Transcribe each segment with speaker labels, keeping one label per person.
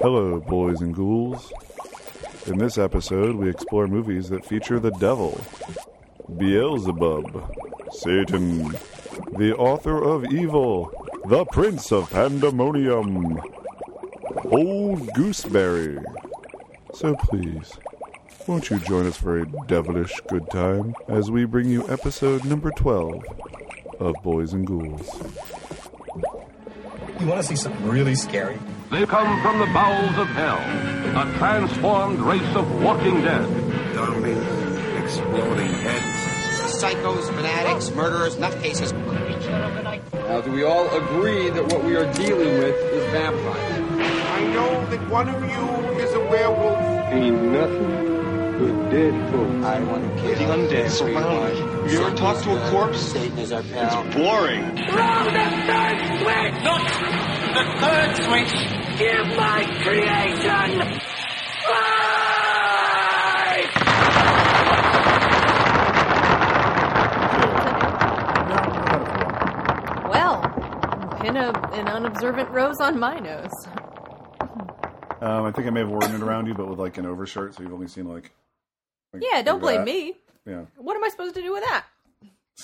Speaker 1: Hello, boys and ghouls. In this episode, we explore movies that feature the devil, Beelzebub, Satan, the author of evil, the prince of pandemonium, Old Gooseberry. So please, won't you join us for a devilish good time as we bring you episode number 12 of Boys and Ghouls?
Speaker 2: You want to see something really scary?
Speaker 3: They come from the bowels of hell, a transformed race of walking dead.
Speaker 4: Zombies, exploding heads.
Speaker 5: psychos, fanatics, murderers, nutcases.
Speaker 6: Now, do we all agree that what we are dealing with is vampires?
Speaker 4: I know that one of you is a werewolf.
Speaker 7: mean nothing but dead folks.
Speaker 4: I want to kill
Speaker 8: The undead surround you. You ever talk to a corpse?
Speaker 5: Satan is our pal.
Speaker 8: It's boring.
Speaker 9: Throw the third switch! Look! The third switch! Give my creation life!
Speaker 10: Well, pin a, an unobservant rose on my nose.
Speaker 1: Um, I think I may have worn it around you, but with like an overshirt, so you've only seen like. like,
Speaker 10: Yeah, don't blame
Speaker 1: that.
Speaker 10: me.
Speaker 1: Yeah.
Speaker 10: What am I supposed to do with that?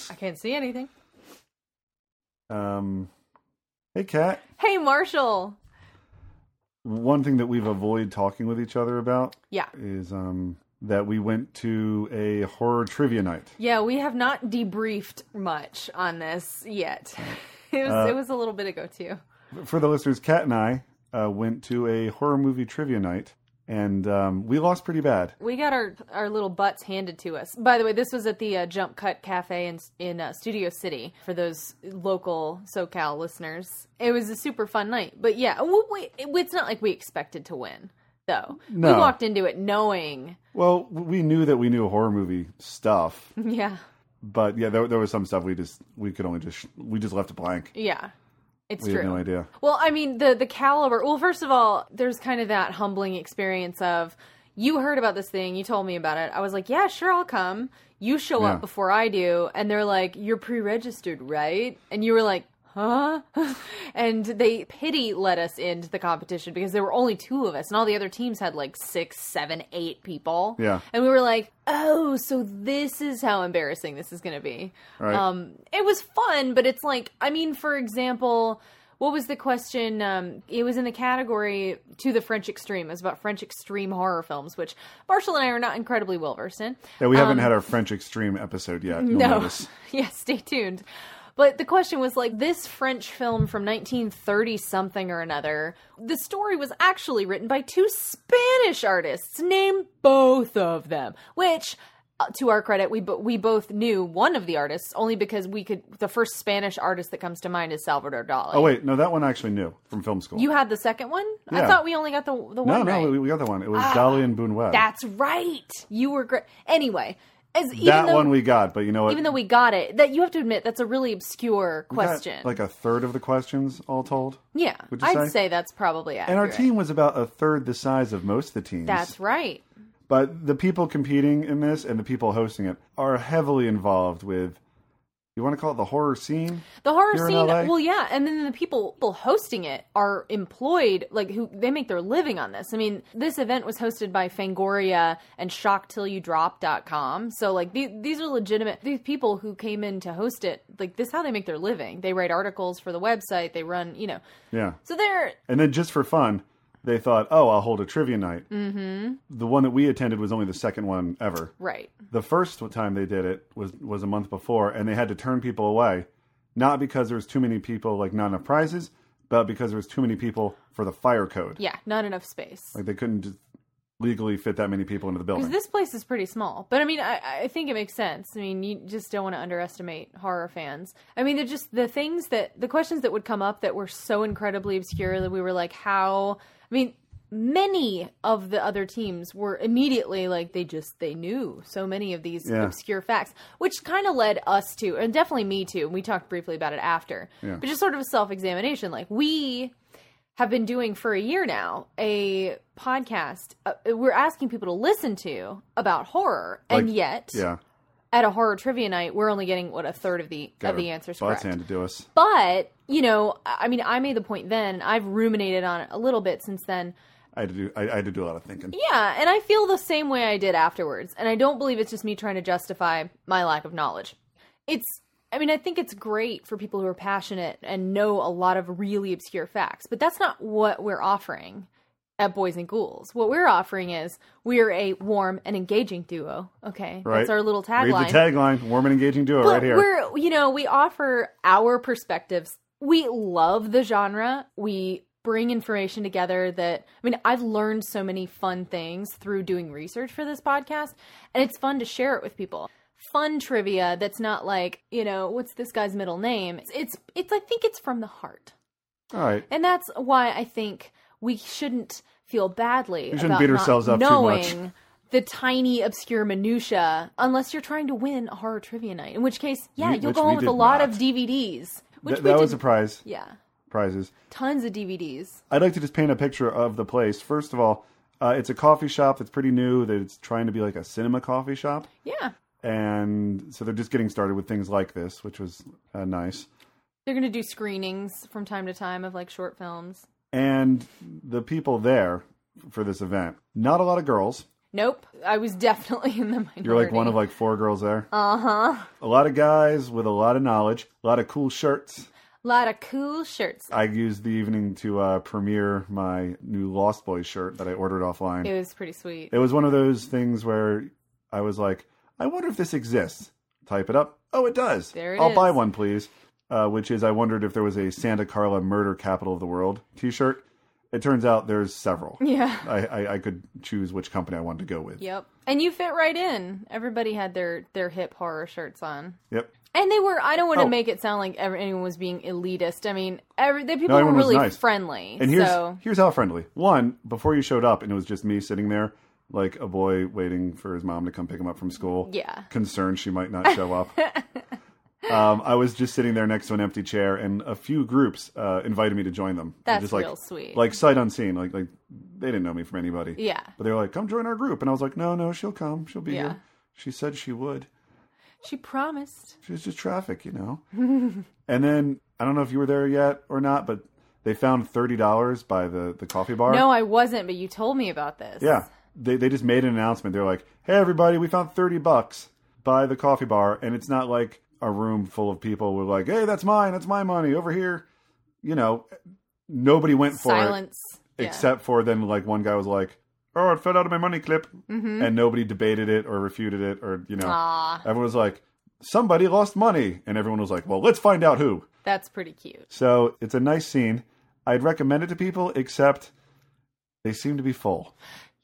Speaker 10: I can't see anything.
Speaker 1: Um, hey, Kat.
Speaker 10: Hey, Marshall.
Speaker 1: One thing that we've avoided talking with each other about
Speaker 10: Yeah.
Speaker 1: is um, that we went to a horror trivia night.
Speaker 10: Yeah, we have not debriefed much on this yet. It was it was a little bit ago too.
Speaker 1: For the listeners, Kat and I uh, went to a horror movie trivia night, and um, we lost pretty bad.
Speaker 10: We got our our little butts handed to us. By the way, this was at the uh, Jump Cut Cafe in in uh, Studio City for those local SoCal listeners. It was a super fun night. But yeah, we, we, it's not like we expected to win though.
Speaker 1: No.
Speaker 10: We walked into it knowing,
Speaker 1: Well, we knew that we knew horror movie stuff,
Speaker 10: yeah,
Speaker 1: but yeah, there, there was some stuff we just we could only just we just left it blank.
Speaker 10: yeah. It's
Speaker 1: we
Speaker 10: true.
Speaker 1: had no idea.
Speaker 10: Well, I mean the the caliber. Well, first of all, there's kind of that humbling experience of you heard about this thing, you told me about it. I was like, yeah, sure, I'll come. You show
Speaker 1: Yeah.
Speaker 10: up before I do, and they're like, you're pre-registered, right? And you were like, huh? and they pity let us into the competition because there were only two of us, and all the other teams had like six, seven, eight people.
Speaker 1: Yeah.
Speaker 10: and we were like, oh, so this is how embarrassing this is going to be.
Speaker 1: Right.
Speaker 10: Um, it was fun, but it's like, I mean, for example, what was the question? Um, it was in the category to the French extreme. It was about French extreme horror films, which Marshall and I are not incredibly well versed in.
Speaker 1: Yeah, we haven't had our French extreme episode yet. You'll
Speaker 10: Um, No.
Speaker 1: notice.
Speaker 10: yeah, stay tuned. But the question was like this French film from 1930 something or another. The story was actually written by two Spanish artists. Name both of them, which uh, to our credit, we bo- we both knew one of the artists only because we could. The first Spanish artist that comes to mind is Salvador Dali.
Speaker 1: Oh wait, no, that one I actually knew from film school.
Speaker 10: you had the second one.
Speaker 1: Yeah.
Speaker 10: I thought we only got the the
Speaker 1: no,
Speaker 10: one.
Speaker 1: no,
Speaker 10: right. Ah,
Speaker 1: we, we got that one. It was Dolly and Boone Webb.
Speaker 10: That's right. You were great. Anyway, as even
Speaker 1: that
Speaker 10: though,
Speaker 1: one we got, but you know what?
Speaker 10: even though we got it, that you have to admit that's a really obscure
Speaker 1: We got
Speaker 10: question.
Speaker 1: like a third of the questions all told.
Speaker 10: yeah,
Speaker 1: would you
Speaker 10: I'd
Speaker 1: say?
Speaker 10: say? that's probably
Speaker 1: And
Speaker 10: accurate.
Speaker 1: our team was about a third the size of most of the teams.
Speaker 10: That's right.
Speaker 1: But the people competing in this and the people hosting it are heavily involved with. You want to call it the horror scene?
Speaker 10: The horror
Speaker 1: Here in
Speaker 10: scene,
Speaker 1: LA?
Speaker 10: well, yeah, and then the people, people hosting it are employed, like who they make their living on this. I mean, this event was hosted by Fangoria and ShockTillYouDrop.com, so like these, these are legitimate. These people who came in to host it, like this, is how they make their living. They write articles for the website. They run, you know,
Speaker 1: Yeah.
Speaker 10: so they're
Speaker 1: And then just for fun, they thought, "Oh, I'll hold a trivia night." Mm-hmm. The one that we attended was only the second one ever.
Speaker 10: right.
Speaker 1: the first time they did it was was a month before, and they had to turn people away, not because there was too many people, like not enough prizes, but because there was too many people for the fire code.
Speaker 10: Yeah, not enough space.
Speaker 1: Like they couldn't just legally fit that many people into the building.
Speaker 10: Because this place is pretty small. But I mean, I, I think it makes sense. I mean, you just don't want to underestimate horror fans. I mean, they're just the things that, the questions that would come up that were so incredibly obscure that we were like, how? I mean, many of the other teams were immediately like, they just, they knew so many of these
Speaker 1: Yeah.
Speaker 10: obscure facts, which kind of led us to, and definitely me too. And we talked briefly about it after. But just sort of a self examination. Like, we have been doing for a year now a podcast uh, we're asking people to listen to about horror and
Speaker 1: Like-
Speaker 10: yet uh,
Speaker 1: yeah,
Speaker 10: at a horror trivia night we're only getting what a third of the
Speaker 1: got
Speaker 10: of the answers
Speaker 1: Butts
Speaker 10: correct
Speaker 1: handed to us.
Speaker 10: but you know i I mean i made the point then and i've ruminated on it a little bit since then
Speaker 1: I had to do I, I had to do a lot of thinking.
Speaker 10: Yeah, and I feel the same way I did afterwards. And I don't believe it's just me trying to justify my lack of knowledge. It's, I mean, I think it's great for people who are passionate and know a lot of really obscure facts, but that's not what we're offering at Boys and Ghouls. What we're offering is we're a warm and engaging duo. Okay,
Speaker 1: Right?
Speaker 10: that's our little
Speaker 1: Read
Speaker 10: tagline.
Speaker 1: the tagline: "Warm and engaging duo." right
Speaker 10: But
Speaker 1: here.
Speaker 10: We're you know we offer our perspectives. We love the genre. We bring information together that I mean I've learned so many fun things through doing research for this podcast, and it's fun to share it with people. Fun trivia that's not like you know what's this guy's middle name. It's it's, it's I think it's from the heart,
Speaker 1: All right.
Speaker 10: and that's why I think we shouldn't feel badly. We
Speaker 1: shouldn't
Speaker 10: about
Speaker 1: beat
Speaker 10: not
Speaker 1: ourselves up too
Speaker 10: knowing
Speaker 1: much.
Speaker 10: The tiny obscure minutia, unless you're trying to win a horror trivia night, in which case, yeah,
Speaker 1: We-
Speaker 10: you'll
Speaker 1: which
Speaker 10: go
Speaker 1: we
Speaker 10: home with a
Speaker 1: did
Speaker 10: lot
Speaker 1: not.
Speaker 10: of DVDs. Which
Speaker 1: Th-
Speaker 10: we
Speaker 1: that was
Speaker 10: did-
Speaker 1: a prize.
Speaker 10: Yeah,
Speaker 1: Prizes.
Speaker 10: tons of DVDs.
Speaker 1: I'd like to just paint a picture of the place. First of all, uh, it's a coffee shop that's pretty new. That it's trying to be like a cinema coffee shop,
Speaker 10: Yeah,
Speaker 1: and so they're just getting started with things like this, which was uh, nice.
Speaker 10: they're gonna do screenings from time to time of like short films.
Speaker 1: And the people there for this event, not a lot of girls.
Speaker 10: Nope, I was definitely in the minority.
Speaker 1: You're like one of like four girls there.
Speaker 10: uh huh,
Speaker 1: a lot of guys with a lot of knowledge, a lot of cool shirts.
Speaker 10: lot of cool shirts.
Speaker 1: I used the evening to uh, premiere my new Lost Boys shirt that I ordered offline.
Speaker 10: It was pretty sweet.
Speaker 1: It was one of those things where I was like, I wonder if this exists. Type it up. Oh, it does.
Speaker 10: There it
Speaker 1: I'll buy
Speaker 10: is.
Speaker 1: one, please. Uh, which is, I wondered if there was a Santa Carla Murder Capital of the World t shirt. It turns out there's several.
Speaker 10: Yeah.
Speaker 1: I, I, I could choose which company I wanted to go with.
Speaker 10: Yep, and you fit right in. Everybody had their their hip horror shirts on.
Speaker 1: Yep.
Speaker 10: And they were. I don't want
Speaker 1: Oh.
Speaker 10: to make it sound like ever, anyone was being elitist. I mean, every the people were
Speaker 1: everyone was
Speaker 10: really
Speaker 1: nice.
Speaker 10: friendly.
Speaker 1: And here's
Speaker 10: so
Speaker 1: here's how friendly. One, before you showed up and it was just me sitting there like a boy waiting for his mom to come pick him up from school.
Speaker 10: Yeah.
Speaker 1: Concerned she might not show up. um, I was just sitting there next to an empty chair and a few groups uh, invited me to join them. And
Speaker 10: That's
Speaker 1: just like,
Speaker 10: real sweet.
Speaker 1: Like sight unseen. Like like they didn't know me from anybody.
Speaker 10: Yeah.
Speaker 1: But they were like, Come join our group and I was like, No, no, she'll come. She'll be
Speaker 10: Yeah.
Speaker 1: here. She said she would.
Speaker 10: she promised.
Speaker 1: It was just traffic, you know. and then I don't know if you were there yet or not, but they found thirty dollars by the the coffee bar.
Speaker 10: No, I wasn't. But you told me about this.
Speaker 1: yeah, they they just made an announcement. They're like, "Hey, everybody, we found thirty bucks by the coffee bar," and it's not like a room full of people were like, "Hey, that's mine. That's my money over here." You know, nobody went for
Speaker 10: Silence.
Speaker 1: it
Speaker 10: Yeah.
Speaker 1: except for then like one guy was like. Oh, it fell out of my money clip, and nobody debated it or refuted it, or you know,
Speaker 10: Mm-hmm. Aw.
Speaker 1: everyone was like, "Somebody lost money," and everyone was like, "Well, let's find out who."
Speaker 10: that's pretty cute.
Speaker 1: So it's a nice scene. I'd recommend it to people, except they seem to be full.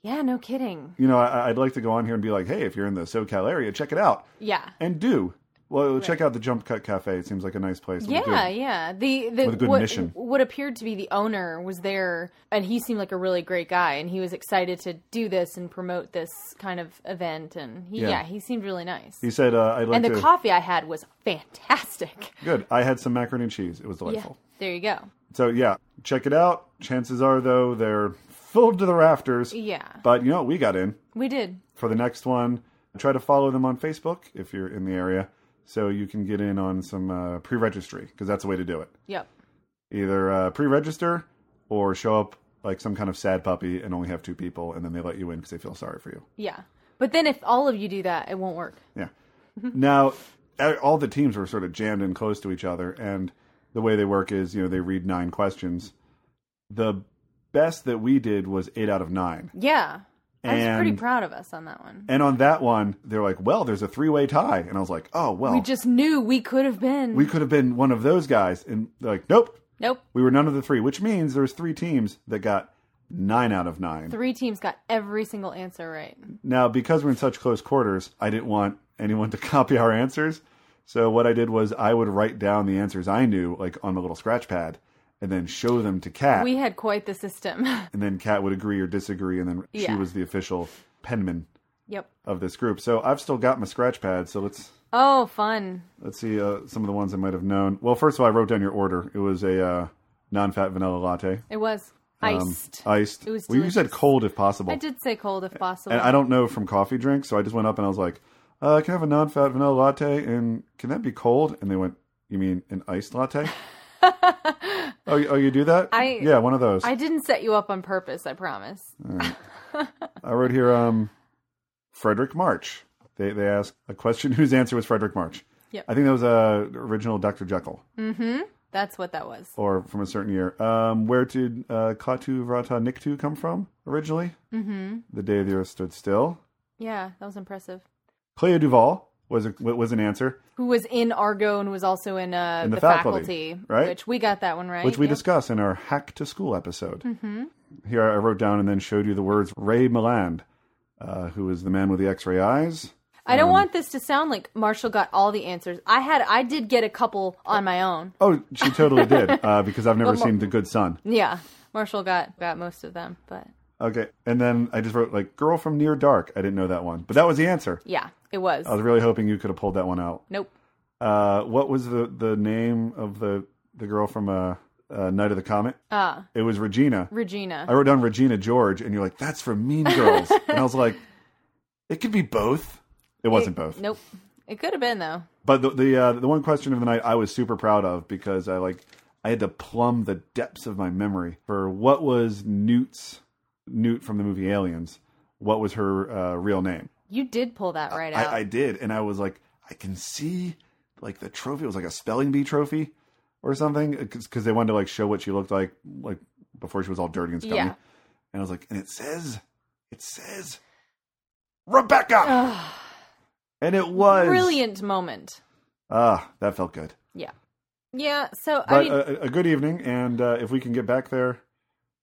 Speaker 10: Yeah, no kidding.
Speaker 1: You know, I, I'd like to go on here and be like, hey, if you're in the SoCal area, check it out.
Speaker 10: Yeah.
Speaker 1: And do. Well, check out the Jump Cut Cafe. It seems like a nice place. with good-
Speaker 10: Yeah, yeah. The the
Speaker 1: With a good
Speaker 10: what,
Speaker 1: mission.
Speaker 10: what appeared to be the owner was there, and he seemed like a really great guy, and he was excited to do this and promote this kind of event, and he,
Speaker 1: Yeah.
Speaker 10: yeah. he seemed really nice.
Speaker 1: He said, uh, I'd like
Speaker 10: and the
Speaker 1: to.
Speaker 10: coffee I had was fantastic.
Speaker 1: good. I had some macaroni and cheese. It was
Speaker 10: Yeah,
Speaker 1: delightful.
Speaker 10: there you go.
Speaker 1: So, yeah, check it out. Chances are, though, they're filled to the rafters.
Speaker 10: Yeah,
Speaker 1: But you know what? We got in.
Speaker 10: we did.
Speaker 1: for the next one, try to follow them on Facebook if you're in the area, so you can get in on some uh, pre-registry because that's the way to do it.
Speaker 10: Yep.
Speaker 1: Either uh, pre-register or show up like some kind of sad puppy and only have two people, and then they let you in because they feel sorry for you.
Speaker 10: Yeah. But then if all of you do that, it won't work.
Speaker 1: Yeah. now, a- all the teams were sort of jammed in close to each other, and the way they work is, you know, they read nine questions. The best that we did was eight out of nine.
Speaker 10: Yeah. I was
Speaker 1: And-
Speaker 10: pretty proud of us on that one.
Speaker 1: And on that one, they're like, well, there's a three way tie. And I was like, oh, well.
Speaker 10: We just knew we could have been.
Speaker 1: we could have been one of those guys and they're like nope
Speaker 10: nope.
Speaker 1: we were none of the three which means there's three teams that got nine out of nine
Speaker 10: Three teams got every single answer right.
Speaker 1: now because we're in such close quarters i didn't want anyone to copy our answers so what i did was i would write down the answers i knew like on a little scratch pad and then show them to kat
Speaker 10: We had quite the system.
Speaker 1: and then kat would agree or disagree and then she
Speaker 10: Yeah.
Speaker 1: was the official penman
Speaker 10: yep.
Speaker 1: of this group so i've still got my scratch pad so let's
Speaker 10: Oh, fun.
Speaker 1: Let's see uh, some of the ones I might have known. Well, first of all, I wrote down your order. It was a uh, non-fat vanilla latte,
Speaker 10: It was
Speaker 1: Um,
Speaker 10: iced.
Speaker 1: iced.
Speaker 10: It was
Speaker 1: well, you said
Speaker 10: delicious.
Speaker 1: cold if possible.
Speaker 10: I did say cold if possible.
Speaker 1: And I don't know from coffee drinks, so I just went up and I was like, uh, "Can I have a non-fat vanilla latte?" And can that be cold? And they went, "You mean an iced latte?" Oh, you- oh, you do that?
Speaker 10: I-
Speaker 1: yeah, one of those.
Speaker 10: I
Speaker 1: I,
Speaker 10: didn't set you up on purpose, I promise.
Speaker 1: wrote here, um, Frederick March. They they asked a question whose answer was Frederick March.
Speaker 10: Yep. Mm.
Speaker 1: I think that was uh, original Dr. Jekyll,
Speaker 10: That's what that was.
Speaker 1: or from a certain year. Um, where did uh, Klaatu Vrata Niktu come from originally? Mm-hmm. The day the earth stood still.
Speaker 10: Yeah, that was impressive.
Speaker 1: Clea Duval was a, was an answer,
Speaker 10: Who was in Argo and was also in, uh,
Speaker 1: In the
Speaker 10: the,
Speaker 1: faculty,
Speaker 10: faculty,
Speaker 1: right?
Speaker 10: Which we got that one right.
Speaker 1: which we
Speaker 10: Yep.
Speaker 1: discuss in our Hack to School episode. Mm-hmm. Here I wrote down and then showed you the words Ray Milland, uh, who was the man with the X-ray eyes.
Speaker 10: I
Speaker 1: Um,
Speaker 10: don't want this to sound like Marshall got all the answers. I had, I did get a couple on my own.
Speaker 1: Oh, she totally did, uh, because I've never
Speaker 10: One more.
Speaker 1: seen The Good Son.
Speaker 10: Yeah, Marshall got got most of them, but
Speaker 1: Okay, and then I just wrote like "Girl from Near Dark." I didn't know that one, but that was the answer.
Speaker 10: yeah, it was.
Speaker 1: I was really hoping you could have pulled that one out.
Speaker 10: nope.
Speaker 1: Uh, what was the the name of the the girl from uh, uh, Night of the Comet? Uh, it was Regina.
Speaker 10: Regina.
Speaker 1: I wrote down Regina George, and you're like, "That's from Mean Girls," and I was like, "It could be both." It wasn't both.
Speaker 10: Nope. It could have been though.
Speaker 1: But the the, uh, the one question of the night I was super proud of because I like I had to plumb the depths of my memory for what was Newt's Newt from the movie Aliens. What was her uh, real name?
Speaker 10: You did pull that right out.
Speaker 1: I, I did, and I was like, I can see like the trophy. It was like a spelling bee trophy or something because they wanted to like show what she looked like like before she was all dirty and scummy.
Speaker 10: Yeah.
Speaker 1: And I was like, and it says, it says Rebecca, and it was
Speaker 10: Brilliant moment.
Speaker 1: Ah, that felt good.
Speaker 10: Yeah. Yeah. So I
Speaker 1: But uh,
Speaker 10: mean,
Speaker 1: a, a good evening, and uh, if we can get back there,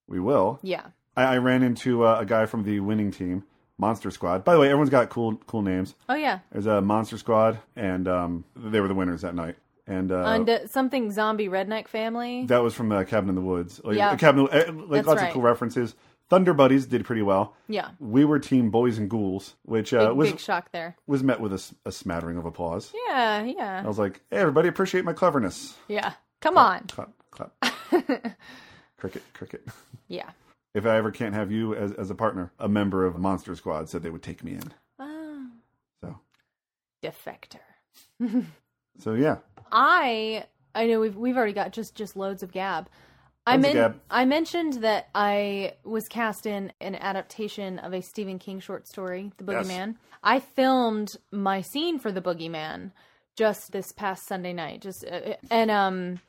Speaker 1: we will.
Speaker 10: yeah.
Speaker 1: I, I ran into uh, a guy from the winning team, Monster Squad. By the way, everyone's got cool cool names.
Speaker 10: Oh yeah.
Speaker 1: There's a Monster Squad, and um, they were the winners that night. And uh,
Speaker 10: And uh, something zombie redneck family.
Speaker 1: that was from uh, Cabin in the Woods. Like,
Speaker 10: Yeah.
Speaker 1: Cabin, uh, like
Speaker 10: That's
Speaker 1: lots of
Speaker 10: right.
Speaker 1: cool references. Thunder Buddies did pretty well.
Speaker 10: Yeah.
Speaker 1: We were team Boys and Ghouls, which uh,
Speaker 10: big,
Speaker 1: was
Speaker 10: big shock there.
Speaker 1: was met with a, s- a smattering of applause.
Speaker 10: Yeah. Yeah.
Speaker 1: I was like, "Hey, everybody, appreciate my cleverness."
Speaker 10: Yeah.
Speaker 1: Oh.
Speaker 10: Come on.
Speaker 1: Clap, clap. cricket, cricket.
Speaker 10: Yeah.
Speaker 1: if I ever can't have you as, as a partner, a member of Monster Squad said they would take me in.
Speaker 10: Ah,
Speaker 1: So,
Speaker 10: defector.
Speaker 1: so yeah,
Speaker 10: I I know we've we've already got just just loads of gab. I
Speaker 1: Loads of
Speaker 10: men-
Speaker 1: gab.
Speaker 10: I mentioned that I was cast in an adaptation of a Stephen King short story, The
Speaker 1: Yes.
Speaker 10: Boogeyman. I filmed my scene for The Boogeyman just this past Sunday night. Just uh, and um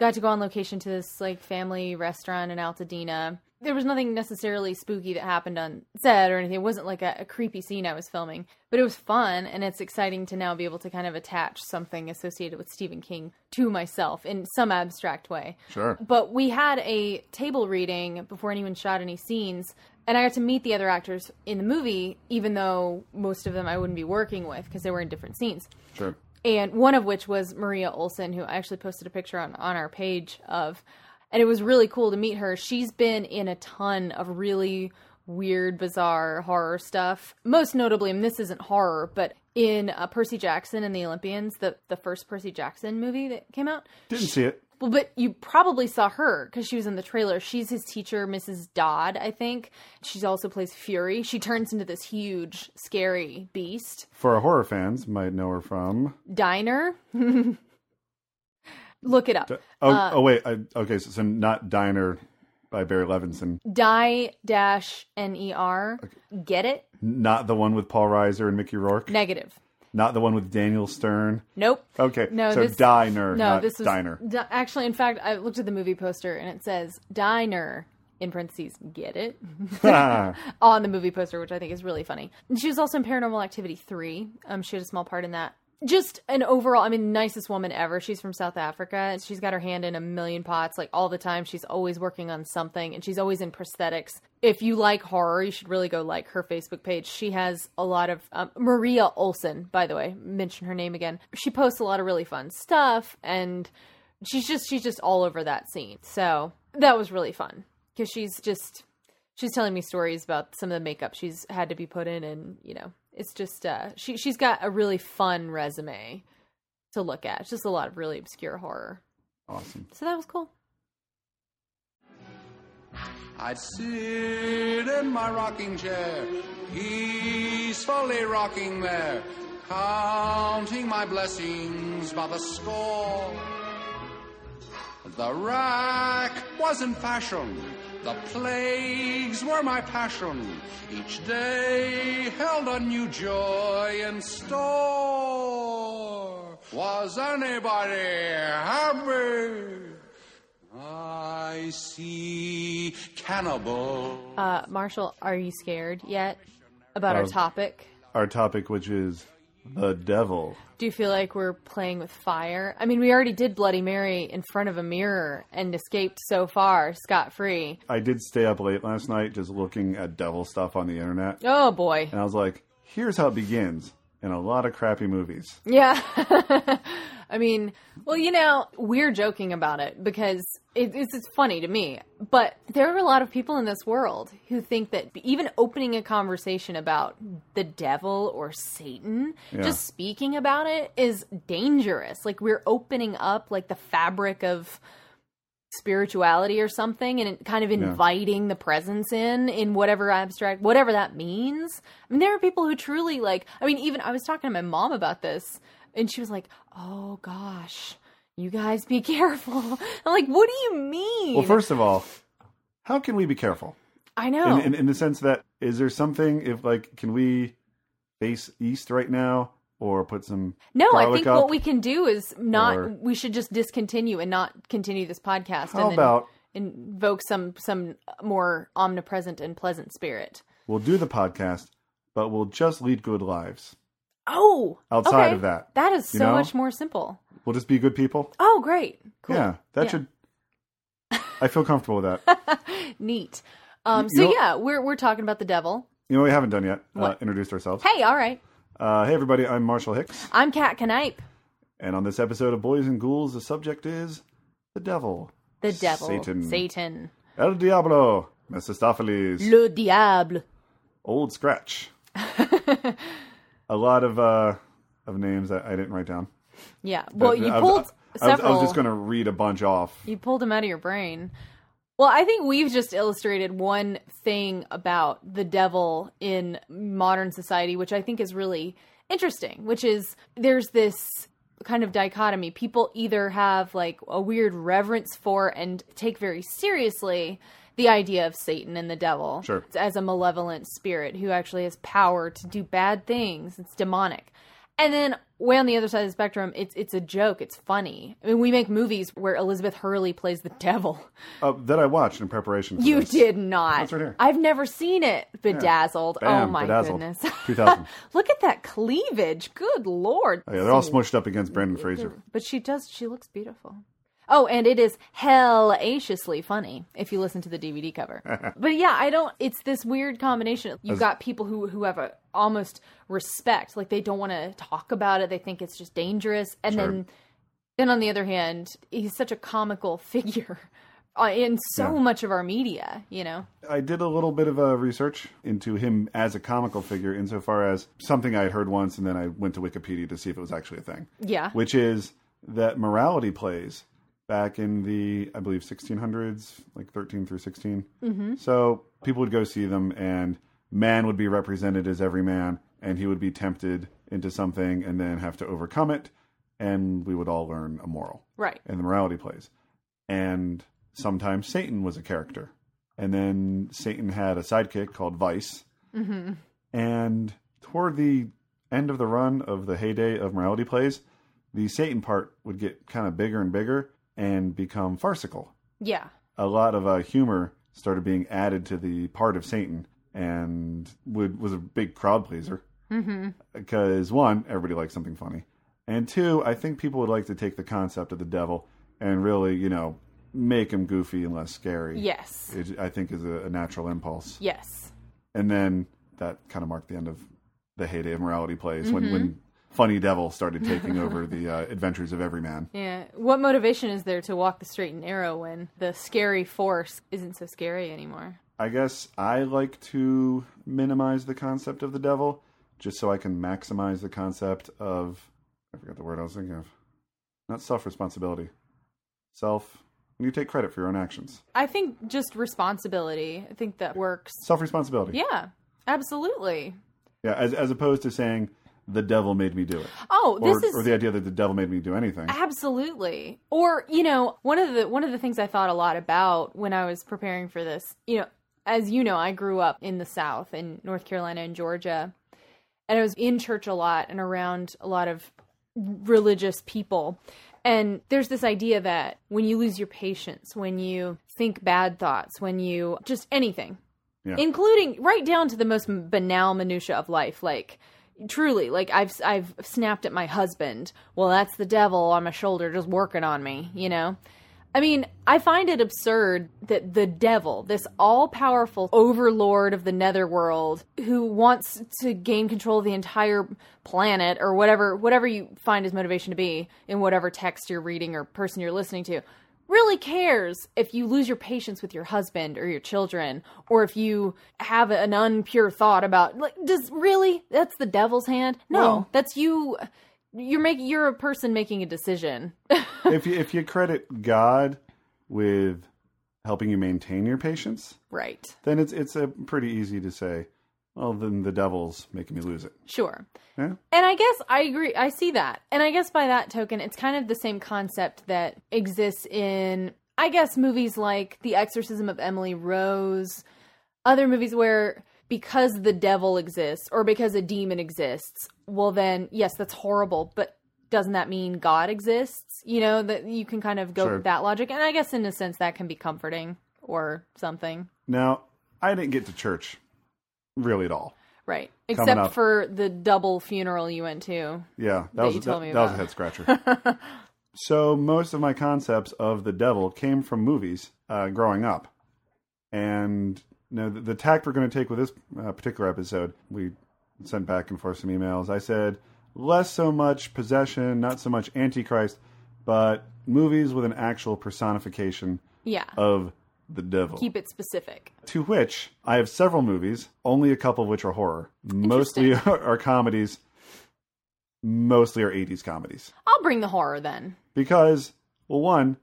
Speaker 10: got to go on location to this like family restaurant in Altadena. There was nothing necessarily spooky that happened on set or anything. It wasn't like a, a creepy scene I was filming, but it was fun and it's exciting to now be able to kind of attach something associated with Stephen King to myself in some abstract way.
Speaker 1: sure.
Speaker 10: But we had a table reading before anyone shot any scenes, and I got to meet the other actors in the movie, even though most of them I wouldn't be working with because they were in different scenes
Speaker 1: Sure.
Speaker 10: and one of which was Maria Olson, who I actually posted a picture on on our page of, and it was really cool to meet her. She's been in a ton of really weird, bizarre horror stuff. Most notably, and this isn't horror, but in uh, Percy Jackson and the Olympians, the the first Percy Jackson movie that came out.
Speaker 1: Didn't see it.
Speaker 10: Well, but you probably saw her because she was in the trailer. She's his teacher, Mrs. Dodd, I think. She also plays Fury. She turns into this huge, scary beast
Speaker 1: For our horror fans, might know her from.
Speaker 10: diner. Look it up.
Speaker 1: Oh, oh wait. I, okay, so, so not Diner by Barry Levinson.
Speaker 10: Die dash N E R. Get it?
Speaker 1: Not the one with Paul Reiser and Mickey Rourke.
Speaker 10: Negative.
Speaker 1: Not the one with Daniel Stern.
Speaker 10: Nope.
Speaker 1: Okay,
Speaker 10: No,
Speaker 1: so
Speaker 10: this,
Speaker 1: Diner,
Speaker 10: No,
Speaker 1: not
Speaker 10: this was
Speaker 1: Diner.
Speaker 10: di- actually, in fact, I looked at the movie poster and it says diner in parentheses. Get it on the movie poster, which I think is really funny. And she was also in Paranormal Activity three. Um, she had a small part in that. Just an overall, I mean, nicest woman ever. She's from South Africa. She's got her hand in a million pots, like all the time. She's always working on something, and she's always in prosthetics. If you like horror, you should really go like her Facebook page. She has a lot of um, Maria Olson, by the way. Mention her name again. She posts a lot of really fun stuff, and she's just she's just all over that scene. So that was really fun because she's just she's telling me stories about some of the makeup she's had to be put in and you know it's just uh she she's got a really fun resume to look at it's just a lot of really obscure horror
Speaker 1: awesome.
Speaker 10: so that was cool
Speaker 4: I'd sit in my rocking chair, peacefully rocking there, counting my blessings by the score. The rack wasn't fashion. The plagues were my passion. Each day held a new joy in store. Was anybody happy? I see cannibal.
Speaker 10: Uh, Marshall, are you scared yet about our
Speaker 1: Um,
Speaker 10: topic?
Speaker 1: Our topic, which is the devil.
Speaker 10: Do you feel like we're playing with fire? I mean, we already did Bloody Mary in front of a mirror and escaped so far scot free.
Speaker 1: I did stay up late last night just looking at devil stuff on the internet.
Speaker 10: Oh boy.
Speaker 1: And I was like, here's how it begins in a lot of crappy movies.
Speaker 10: Yeah. I mean, well, you know, we're joking about it because it, it's, it's funny to me. But there are a lot of people in this world who think that even opening a conversation about the devil or Satan,
Speaker 1: Yeah.
Speaker 10: just speaking about it is dangerous. Like, we're opening up like the fabric of spirituality or something and kind of inviting the presence in in whatever abstract whatever that means i mean there are people who truly like i mean even i was talking to my mom about this and she was like oh gosh you guys be careful i'm like what do you mean
Speaker 1: Well, first of all, how can we be careful?
Speaker 10: i know
Speaker 1: In, in, in the sense that, is there something, if like, can we face east right now or put some.
Speaker 10: no i
Speaker 1: garlic
Speaker 10: think
Speaker 1: up?
Speaker 10: what we can do is not
Speaker 1: Or-
Speaker 10: we should just discontinue and not continue this podcast
Speaker 1: How
Speaker 10: and then
Speaker 1: about
Speaker 10: invoke some some more omnipresent and pleasant spirit
Speaker 1: we'll do the podcast, but we'll just lead good lives?
Speaker 10: oh
Speaker 1: Outside
Speaker 10: okay.
Speaker 1: of that,
Speaker 10: that is so
Speaker 1: you know?
Speaker 10: much more simple
Speaker 1: We'll just be good people?
Speaker 10: Oh, great. Cool.
Speaker 1: Yeah, that
Speaker 10: Yeah.
Speaker 1: should. I feel comfortable with that.
Speaker 10: Neat. Um,
Speaker 1: You
Speaker 10: so
Speaker 1: know-
Speaker 10: yeah, we're we're talking about the devil.
Speaker 1: You know, what we haven't done yet. Uh,
Speaker 10: What?
Speaker 1: introduced ourselves.
Speaker 10: Hey, all right.
Speaker 1: Uh, hey, everybody. I'm Marshall Hicks,
Speaker 10: I'm Kat Knipe.
Speaker 1: and on this episode of Boys and Ghouls, the subject is the devil,
Speaker 10: The devil.
Speaker 1: Satan.
Speaker 10: Satan.
Speaker 1: El Diablo, Mephistopheles,
Speaker 10: Le diable.
Speaker 1: Old Scratch. A lot of uh, of names that I didn't write down.
Speaker 10: Yeah. Well,
Speaker 1: But
Speaker 10: you
Speaker 1: I was-
Speaker 10: pulled
Speaker 1: I was, I was
Speaker 10: several.
Speaker 1: just going to read a bunch off.
Speaker 10: You pulled them out of your brain. Well, I think we've just illustrated one thing about the devil in modern society, which I think is really interesting, which is there's this kind of dichotomy. People either have like a weird reverence for and take very seriously the idea of Satan and the devil
Speaker 1: Sure.
Speaker 10: as a malevolent spirit who actually has power to do bad things. It's demonic. And then way on the other side of the spectrum, it's it's a joke. It's funny. I mean, we make movies where Elizabeth Hurley plays the devil.
Speaker 1: Uh, that I watched in preparation. For
Speaker 10: You
Speaker 1: this.
Speaker 10: did not.
Speaker 1: That's right here.
Speaker 10: I've never seen it. Bedazzled.
Speaker 1: Bam,
Speaker 10: oh my
Speaker 1: Bedazzled.
Speaker 10: goodness.
Speaker 1: 2000.
Speaker 10: Look at that cleavage. Good lord.
Speaker 1: Oh, yeah, they're all smushed up against Brandon Fraser.
Speaker 10: But she does. She looks beautiful. Oh, and it is hellaciously funny if you listen to the DVD cover. but yeah, I don't. It's this weird combination. You've got people who who have a almost respect, like they don't want to talk about it. They think it's just dangerous, and
Speaker 1: Sure.
Speaker 10: then then on the other hand, he's such a comical figure uh, in so
Speaker 1: Yeah.
Speaker 10: much of our media. You know,
Speaker 1: I did a little bit of uh, research into him as a comical figure, insofar as something I had heard once, and then I went to Wikipedia to see if it was actually a thing.
Speaker 10: Yeah.
Speaker 1: Which is that morality plays back in the, I believe, 1600s, like 13 through 16. Mm-hmm. So people would go see them, and man would be represented as every man, and he would be tempted into something and then have to overcome it, and we would all learn a moral
Speaker 10: right?
Speaker 1: and the morality plays. And sometimes Satan was a character. And then Satan had a sidekick called Vice. Mm-hmm. And toward the end of the run of the heyday of morality plays, the Satan part would get kind of bigger and bigger and become farcical.
Speaker 10: Yeah.
Speaker 1: A lot of uh, humor started being added to the part of Satan and would, was a big crowd pleaser. Because one, everybody likes something funny. And two, I think people would like to take the concept of the devil and really, you know, make him goofy and less scary.
Speaker 10: Yes.
Speaker 1: It, I think is a, a natural impulse.
Speaker 10: Yes.
Speaker 1: And then that kind of marked the end of the heyday of morality plays when, when
Speaker 10: Mm-hmm.
Speaker 1: funny devil started taking over the uh, adventures of every man.
Speaker 10: Yeah. What motivation is there to walk the straight and narrow when the scary force isn't so scary anymore?
Speaker 1: I guess I like to minimize the concept of the devil just so I can maximize the concept of I forgot the word I was thinking of. Not self responsibility. Self you take credit for your own actions.
Speaker 10: I think just responsibility. I think that works.
Speaker 1: Self responsibility.
Speaker 10: Yeah, absolutely.
Speaker 1: Yeah, as as opposed to saying the devil made me do it.
Speaker 10: Oh,
Speaker 1: or,
Speaker 10: this is
Speaker 1: or the idea that the devil made me do anything.
Speaker 10: Absolutely. Or, you know, one of the one of the things I thought a lot about when I was preparing for this, you know, as you know, I grew up in the South in North Carolina and Georgia. And I was in church a lot and around a lot of religious people. And there's this idea that when you lose your patience, when you think bad thoughts, when you just anything,
Speaker 1: Yeah.
Speaker 10: including right down to the most banal minutia of life, like truly, like I've I've snapped at my husband. Well, that's the devil on my shoulder just working on me, you know. I mean, I find it absurd that the devil, this all powerful overlord of the netherworld who wants to gain control of the entire planet or whatever whatever you find his motivation to be in whatever text you're reading or person you're listening to, really cares if you lose your patience with your husband or your children or if you have an unpure thought about like does really that's the devil's hand? No,
Speaker 1: Well-
Speaker 10: that's you you're making you're a person making a decision.
Speaker 1: if you if you credit God with helping you maintain your patience,
Speaker 10: right.
Speaker 1: then it's it's a pretty easy to say, well, then the devil's making me lose it.
Speaker 10: Sure.
Speaker 1: Yeah.
Speaker 10: And I guess I agree. I see that. And I guess by that token, it's kind of the same concept that exists in, I guess, movies like The Exorcism of Emily Rose, other movies where because the devil exists or because a demon exists, well, then, yes, that's horrible, but doesn't that mean God exists? You know, that you can kind of go
Speaker 1: Sure.
Speaker 10: with that logic. And I guess, in a sense, that can be comforting or something.
Speaker 1: Now, I didn't get to church really at all.
Speaker 10: Right.
Speaker 1: Coming
Speaker 10: Except
Speaker 1: up.
Speaker 10: for the double funeral you went to.
Speaker 1: Yeah, that
Speaker 10: That
Speaker 1: was
Speaker 10: you told
Speaker 1: that,
Speaker 10: me
Speaker 1: that was a
Speaker 10: about.
Speaker 1: head scratcher. so most of my concepts of the devil came from movies uh, growing up, and you know, the, the tact we're going to take with this uh, particular episode, we sent back and forth some emails. I said less so much possession, not so much antichrist, but movies with an actual personification
Speaker 10: Yeah.
Speaker 1: of the devil.
Speaker 10: Keep it specific.
Speaker 1: To which I have several movies, only a couple of which are horror. Mostly are, are comedies. Mostly are 80s comedies.
Speaker 10: I'll bring the horror then.
Speaker 1: Because, well, one,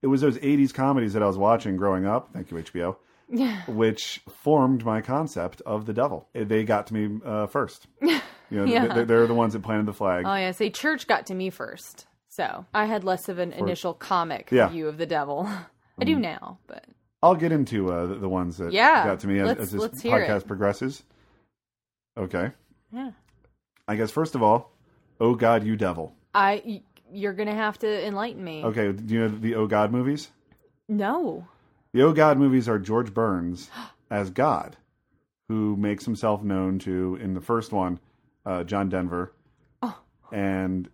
Speaker 1: it was those 80s comedies that I was watching growing up. Thank you, HBO. which formed my concept of the devil. They got to me uh, first. You know,
Speaker 10: Yeah.
Speaker 1: they, they're the ones that planted the flag.
Speaker 10: Oh yeah, say church got to me first, so I had less of an initial comic
Speaker 1: Yeah. Mm.
Speaker 10: view of the devil. I do now, but
Speaker 1: I'll get into uh, the, the ones that
Speaker 10: Yeah,
Speaker 1: got to me as,
Speaker 10: let's-
Speaker 1: as this
Speaker 10: let's hear
Speaker 1: podcast
Speaker 10: it.
Speaker 1: progresses. Okay.
Speaker 10: Yeah.
Speaker 1: I guess, first of all, Oh God, You Devil.
Speaker 10: I y- you're gonna have to enlighten me.
Speaker 1: Okay, do you know the Oh God movies?
Speaker 10: No,
Speaker 1: The Oh God movies are George Burns as God, who makes himself known to in the first one, uh, John Denver, and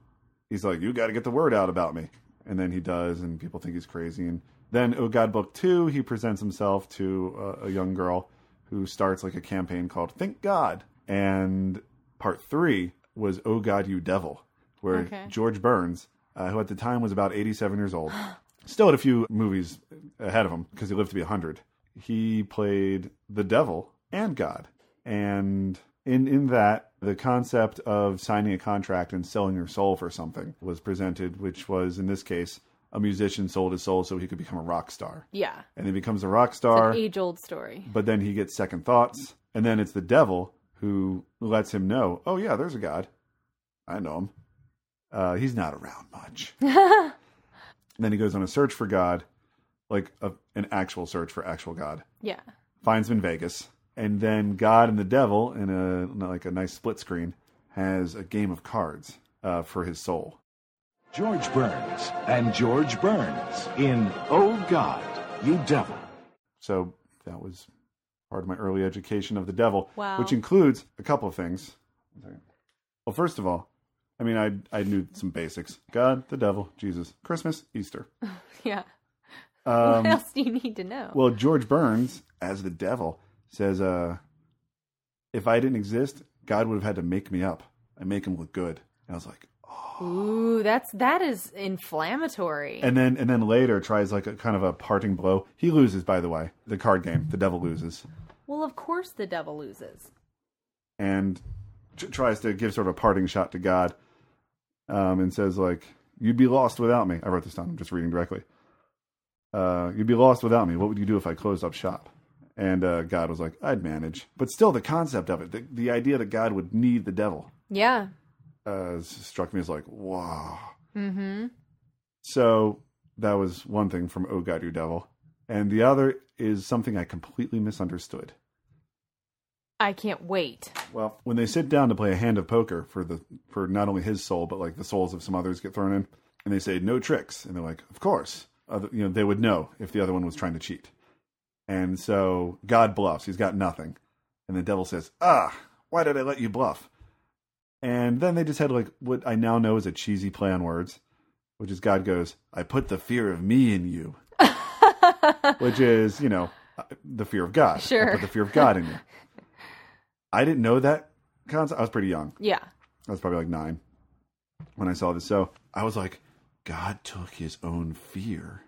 Speaker 1: he's like, "You got to get the word out about me," and then he does, and people think he's crazy. And then Oh God Book Two, he presents himself to uh, a young girl who starts like a campaign called "Thank God," and Part Three was "Oh God, You Devil," where
Speaker 10: Okay.
Speaker 1: George Burns, uh, who at the time was about 87 years old, still had a few movies ahead of him because he lived to be 100. He played the devil and God. And in, in that, the concept of signing a contract and selling your soul for something was presented, which was in this case, a musician sold his soul so he could become a rock star.
Speaker 10: yeah,
Speaker 1: And he becomes a rock star
Speaker 10: an age old story.
Speaker 1: but then he gets second thoughts and then it's the devil who lets him know oh yeah there's a god i know him uh, he's not around much and then he goes on a search for god like a, an actual search for actual god
Speaker 10: Yeah,
Speaker 1: finds him in vegas and then god and the devil in a like a nice split screen has a game of cards uh, for his soul
Speaker 2: George Burns and George Burns in Oh God, You Devil.
Speaker 1: So that was part of my early education of the devil,
Speaker 10: Wow.
Speaker 1: which includes a couple of things. Well, first of all, I mean, I I knew some basics: God, the devil, Jesus, Christmas, Easter.
Speaker 10: yeah.
Speaker 1: Um,
Speaker 10: what else do you need to know?
Speaker 1: well, George Burns as the devil says, uh, "If I didn't exist, God would have had to make me up and make him look good." And I was like, oh.
Speaker 10: Ooh, that's that is inflammatory.
Speaker 1: and then and then later tries like a kind of a parting blow. He loses, by the way, the card game. The devil loses.
Speaker 10: well, of course the devil loses.
Speaker 1: and t- tries to give sort of a parting shot to God, um, and says like, "You'd be lost without me." I wrote this down. I'm just reading directly. Uh, You'd be lost without me. What would you do if I closed up shop? And uh, God was like, "I'd manage." But still, the concept of it, the, the idea that God would need the devil,
Speaker 10: Yeah,
Speaker 1: uh, struck me as like, wow.
Speaker 10: Mm-hmm.
Speaker 1: So that was one thing from Oh God, You Devil. And the other is something I completely misunderstood.
Speaker 10: I can't wait.
Speaker 1: Well, when they sit down to play a hand of poker for the for not only his soul but like the souls of some others get thrown in, and they say no tricks, and they're like, of course, other, you know, they would know if the other one was trying to cheat. And so God bluffs; he's got nothing, and the devil says, ah, why did I let you bluff? And then they just had like what I now know is a cheesy play on words, which is God goes, I put the fear of me in you, which is you know uh, the fear of God. I
Speaker 10: Sure.
Speaker 1: put the fear of God in you. I didn't know that concept. I was pretty young.
Speaker 10: Yeah.
Speaker 1: I was probably like nine when I saw this. So I was like, God took his own fear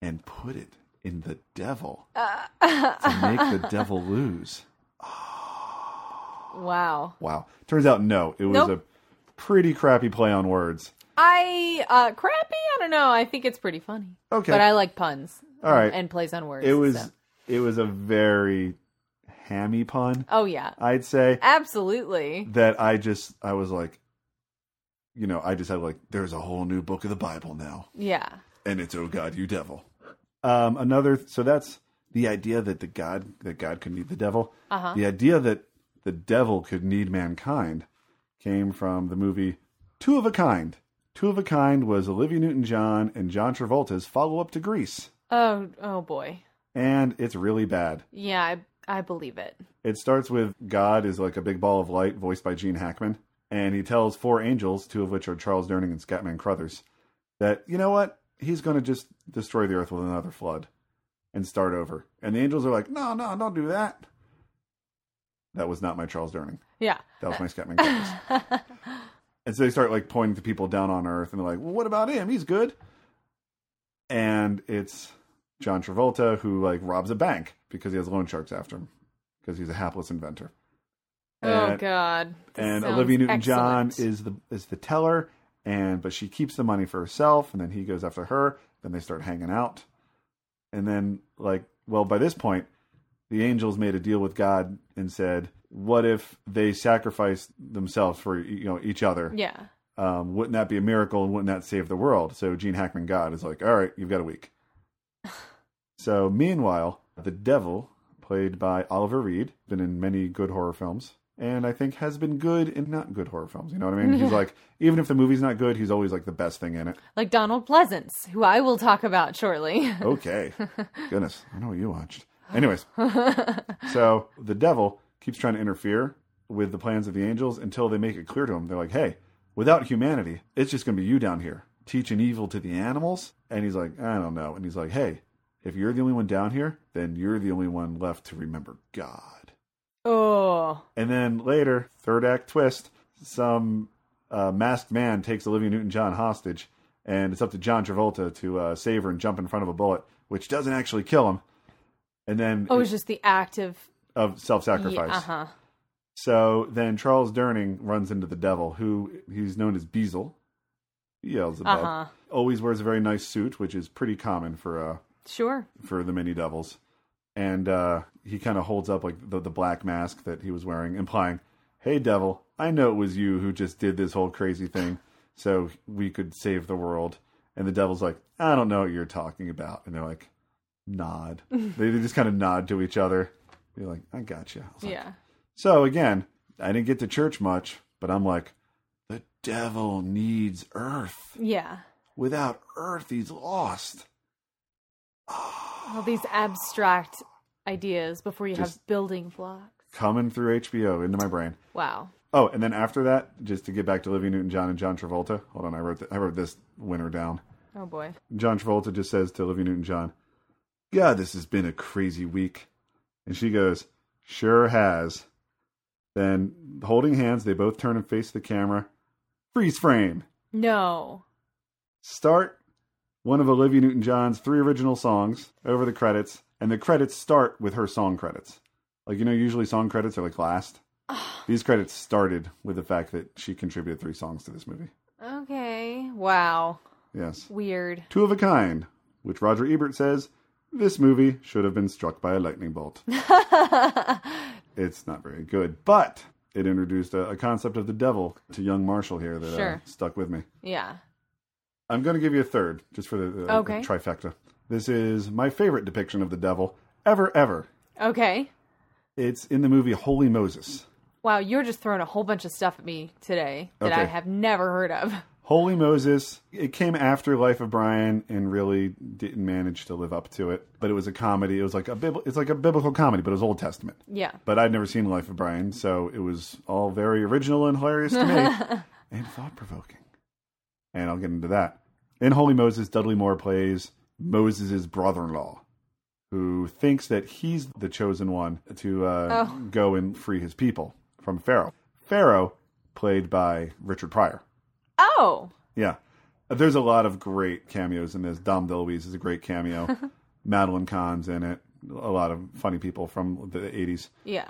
Speaker 1: and put it in the devil to make the devil lose.
Speaker 10: Wow.
Speaker 1: Wow. Turns out, no, it was
Speaker 10: Nope.
Speaker 1: a pretty crappy play on words.
Speaker 10: I uh crappy. I don't know. I think it's pretty funny.
Speaker 1: Okay.
Speaker 10: But I like puns.
Speaker 1: All right.
Speaker 10: And plays on words.
Speaker 1: It was
Speaker 10: so.
Speaker 1: it was a very hammy pun,
Speaker 10: Oh yeah.
Speaker 1: I'd say.
Speaker 10: Absolutely.
Speaker 1: that I just I was like, you know, I just had like, there's a whole new book of the Bible now.
Speaker 10: Yeah.
Speaker 1: and it's oh god you devil um another so that's the idea that the god that god could need the devil
Speaker 10: Uh-huh.
Speaker 1: the idea that the devil could need mankind came from the movie two of a kind two of a kind was olivia newton-john and john travolta's follow-up to grease
Speaker 10: Oh oh boy.
Speaker 1: and it's really bad
Speaker 10: Yeah, I I believe it.
Speaker 1: it starts with god is like a big ball of light voiced by gene hackman and he tells four angels two of which are charles durning and scatman crothers that you know what he's going to just destroy the earth with another flood and start over and the angels are like no no don't do that that was not my charles durning
Speaker 10: Yeah.
Speaker 1: that was my scatman crothers and so they start like pointing to people down on earth and they're like well what about him he's good and it's john travolta who like robs a bank because he has loan sharks after him because he's a hapless inventor
Speaker 10: oh
Speaker 1: And-
Speaker 10: god. This
Speaker 1: and
Speaker 10: sounds
Speaker 1: Olivia Newton John
Speaker 10: excellent.
Speaker 1: is the is the teller, and but she keeps the money for herself, and then he goes after her. Then they start hanging out, and then like well, by this point, the angels made a deal with God and said, "What if they sacrificed themselves for you know each other?
Speaker 10: Yeah.
Speaker 1: Um, wouldn't that be a miracle? And wouldn't that save the world?" So Gene Hackman God is like, "All right, you've got a week." so meanwhile, the devil. Played by Oliver Reed, been in many good horror films and I think has been good in not good horror films. You know what I mean? He's like, even if the movie's not good, he's always like the best thing in it.
Speaker 10: Like Donald Pleasance, who I will talk about shortly.
Speaker 1: Okay. Goodness. I know what you watched. Anyways, so the devil keeps trying to interfere with the plans of the angels until they make it clear to him. They're like, hey, without humanity, it's just going to be you down here teaching evil to the animals. And he's like, I don't know. And he's like, hey, if you're the only one down here, then you're the only one left to remember God.
Speaker 10: oh.
Speaker 1: And then later, third act twist, some uh, masked man takes Olivia Newton John hostage, and it's up to John Travolta to uh, save her and jump in front of a bullet, which doesn't actually kill him. And then
Speaker 10: Oh, it was just the act of
Speaker 1: of self sacrifice.
Speaker 10: Uh huh.
Speaker 1: So then Charles Durning runs into the devil, who he's known as Beazle. He yells above.
Speaker 10: Uh-huh.
Speaker 1: Always wears a very nice suit, which is pretty common for uh,
Speaker 10: Sure.
Speaker 1: for the mini devils and uh he kind of holds up like the, the black mask that he was wearing implying hey devil i know it was you who just did this whole crazy thing so we could save the world and the devil's like i don't know what you're talking about and they're like nod they, they just kind of nod to each other you're like i got you
Speaker 10: Yeah.
Speaker 1: so again i didn't get to church much but i'm like the devil needs earth
Speaker 10: Yeah.
Speaker 1: without earth he's lost
Speaker 10: All these abstract ideas before you
Speaker 1: Just-
Speaker 10: have building blocks.
Speaker 1: coming through hbo into my brain
Speaker 10: Wow.
Speaker 1: Oh, and then after that, just to get back to Olivia Newton-John and John Travolta. Hold on, I wrote th- I wrote this winner down.
Speaker 10: Oh boy.
Speaker 1: John Travolta just says to Olivia Newton-John, "God, this has been a crazy week," and she goes, "Sure has." Then, holding hands, they both turn and face the camera. Freeze frame.
Speaker 10: No.
Speaker 1: Start one of Olivia Newton-John's three original songs over the credits, and the credits start with her song credits. Like you know, usually song credits are like last. These credits started with the fact that she contributed three songs to this movie.
Speaker 10: Okay. Wow.
Speaker 1: Yes.
Speaker 10: Weird.
Speaker 1: Two of a kind, which Roger Ebert says, this movie should have been struck by a lightning bolt. it's not very good, but it introduced a, a concept of the devil to young Marshall here that
Speaker 10: Sure.
Speaker 1: uh, stuck with me.
Speaker 10: Yeah.
Speaker 1: I'm going to give you a third, just for the uh,
Speaker 10: Okay.
Speaker 1: trifecta. This is my favorite depiction of the devil ever, ever.
Speaker 10: Okay.
Speaker 1: It's in the movie Holy Moses.
Speaker 10: Wow, you're just throwing a whole bunch of stuff at me today that I
Speaker 1: Okay.
Speaker 10: have never heard of.
Speaker 1: Holy Moses, it came after Life of Brian and really didn't manage to live up to it. But it was a comedy. It was like a bib- it's like a biblical comedy, but it was Old Testament.
Speaker 10: Yeah.
Speaker 1: But I'd never seen Life of Brian, so it was all very original and hilarious to me and thought provoking. And I'll get into that. In Holy Moses, Dudley Moore plays Moses' brother in law, who thinks that he's the chosen one to uh,
Speaker 10: Oh.
Speaker 1: go and free his people from Pharaoh. Pharaoh, played by Richard Pryor.
Speaker 10: Oh.
Speaker 1: Yeah. There's a lot of great cameos in this. Dom DeLuise is a great cameo. Madeline Kahn's in it. A lot of funny people from the 80s,
Speaker 10: Yeah.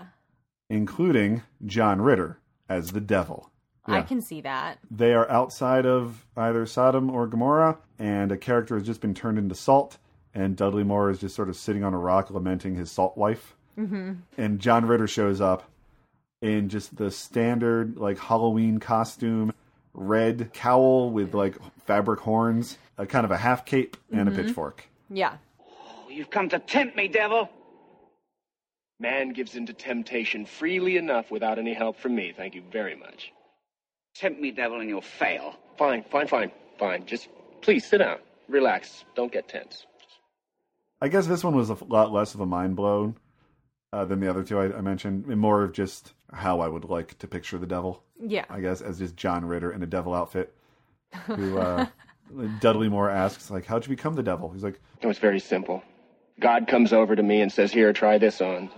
Speaker 1: including John Ritter as the devil.
Speaker 10: I
Speaker 1: Yeah.
Speaker 10: can see that.
Speaker 1: They are outside of either Sodom or Gomorrah, and a character has just been turned into salt, and Dudley Moore is just sort of sitting on a rock lamenting his salt wife. Mm-hmm. And John Ritter shows up in just the standard, like, Halloween costume, red cowl with, like, fabric horns, a kind of a half cape, and a pitchfork.
Speaker 10: Yeah.
Speaker 11: You've come to tempt me, devil.
Speaker 12: Man gives in to temptation freely enough without any help from me. Thank you very much.
Speaker 11: Tempt me, devil, and you'll fail.
Speaker 12: Fine, fine, fine, fine. Just please sit down. Relax. Don't get tense.
Speaker 1: I guess this one was a lot less of a mind blown uh, than the other two I, I mentioned, and more of just how I would like to picture the devil.
Speaker 10: Yeah.
Speaker 1: I guess as just John Ritter in a devil outfit. Who uh, Dudley Moore asks, like, "How'd you become the devil?" He's like,
Speaker 12: It was very simple. God comes over to me and says, Here, try this on.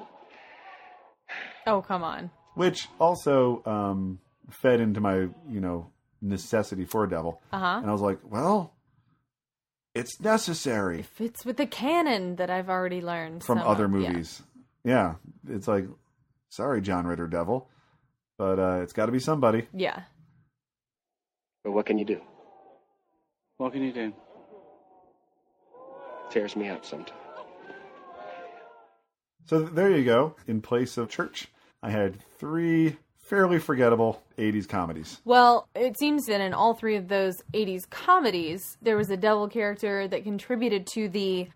Speaker 10: Oh, come on.
Speaker 1: which also um, fed into my you know necessity for a devil,
Speaker 10: Uh-huh.
Speaker 1: and I was like, "Well, it's necessary."
Speaker 10: Fits with the canon that I've already learned
Speaker 1: from
Speaker 10: some
Speaker 1: other
Speaker 10: of. Yeah.
Speaker 1: movies. Yeah. it's like, sorry, John Ritter Devil, but uh, it's got to be somebody.
Speaker 10: Yeah.
Speaker 12: But what can you do?
Speaker 8: What can you do?
Speaker 12: Tears me up sometimes.
Speaker 1: So there you go. In place of church, I had three fairly forgettable '80s comedies.
Speaker 10: Well, it seems that in all three of those 80s comedies, there was a devil character that contributed to the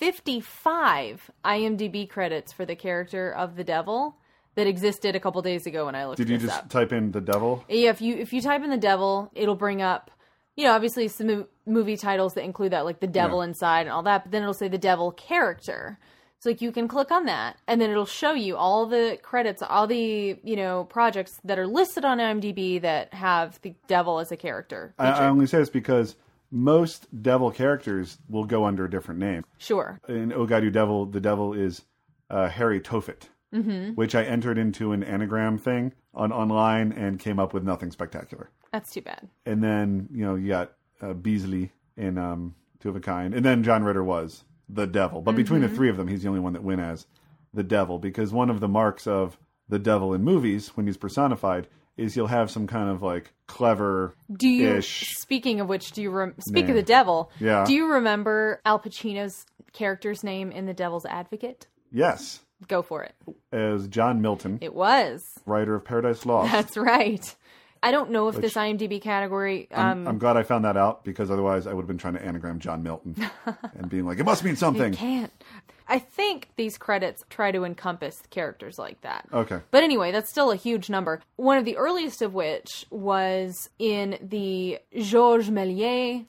Speaker 10: 955 IMDb credits for the character of the devil that existed a couple days ago when I looked
Speaker 1: Did you
Speaker 10: this
Speaker 1: just
Speaker 10: up.
Speaker 1: type in the devil?
Speaker 10: Yeah, if you if you type in the devil, it'll bring up, you know, obviously some mov- movie titles that include that, like the devil
Speaker 1: Yeah.
Speaker 10: inside and all that. But then it'll say the devil character. So like you can click on that, and then it'll show you all the credits, all the you know projects that are listed on IMDb that have the devil as a character.
Speaker 1: I, I only say this because most devil characters will go under a different name.
Speaker 10: Sure.
Speaker 1: In Oh God, You Devil, the devil is uh, Harry Tofit,
Speaker 10: hmm
Speaker 1: which I entered into an anagram thing on online and came up with nothing spectacular.
Speaker 10: That's too bad.
Speaker 1: and then you know you got uh, Beasley in um, Two of a Kind, and then John Ritter was the devil. But between the
Speaker 10: Mhm.
Speaker 1: three of them, he's the only one that went as the devil because one of the marks of the devil in movies when he's personified is he'll have some kind of like clever
Speaker 10: Do you?
Speaker 1: ish.
Speaker 10: Speaking of which, do you rem- speak
Speaker 1: Name.
Speaker 10: of the devil?
Speaker 1: Yeah.
Speaker 10: Do you remember Al Pacino's character's name in The Devil's Advocate?
Speaker 1: Yes,
Speaker 10: Go for it.
Speaker 1: as John Milton,
Speaker 10: It was.
Speaker 1: writer of Paradise Lost.
Speaker 10: That's right. I don't know if
Speaker 1: Which-
Speaker 10: this IMDb category.
Speaker 1: I'm,
Speaker 10: Um,
Speaker 1: I'm glad I found that out because otherwise I would have been trying to anagram John Milton and being like, it must mean
Speaker 10: I
Speaker 1: something.
Speaker 10: can't. I think these credits try to encompass characters like that.
Speaker 1: Okay.
Speaker 10: But anyway, that's still a huge number. One of the earliest of which was in the Georges Méliès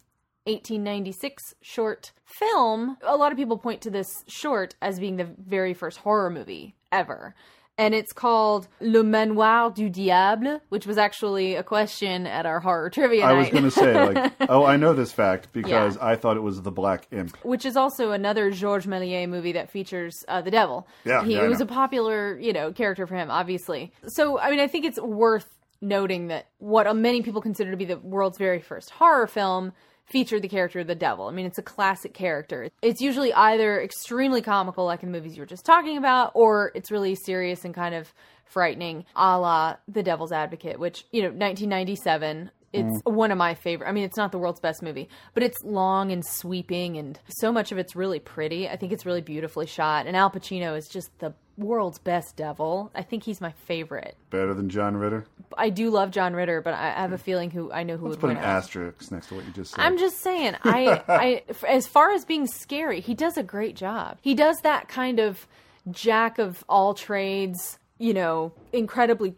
Speaker 10: 1896 short film. A lot of people point to this short as being the very first horror movie ever. And it's called Le Manoir du Diable, which was actually a question at our horror trivia
Speaker 1: I
Speaker 10: night.
Speaker 1: was going to say, like, oh, I know this fact because I thought it was the Black Imp.
Speaker 10: which is also another Georges Méliès movie that features uh, the devil.
Speaker 1: Yeah,
Speaker 10: he
Speaker 1: yeah, I
Speaker 10: it was
Speaker 1: know.
Speaker 10: a popular, you know, character for him, obviously. So, I mean, I think it's worth noting that what uh, many people consider to be the world's very first horror film featured the character of the devil. I mean, it's a classic character. It's usually either extremely comical, like in the movies you were just talking about, or it's really serious and kind of frightening, a la The Devil's Advocate, which you know, 1997. It's
Speaker 1: Mm.
Speaker 10: one of my favorite. I mean, it's not the world's best movie, but it's long and sweeping, and so much of it's really pretty. I think it's really beautifully shot. And Al Pacino is just the world's best devil. I think he's my favorite.
Speaker 1: Better than John Ritter.
Speaker 10: I do love John Ritter, but I I have a feeling who I know who
Speaker 1: Mm. Let's put
Speaker 10: would win
Speaker 1: an
Speaker 10: out.
Speaker 1: asterisk next to what you just said.
Speaker 10: I'm just saying, I, I, f- as far as being scary, he does a great job. He does that kind of jack of all trades, you know, incredibly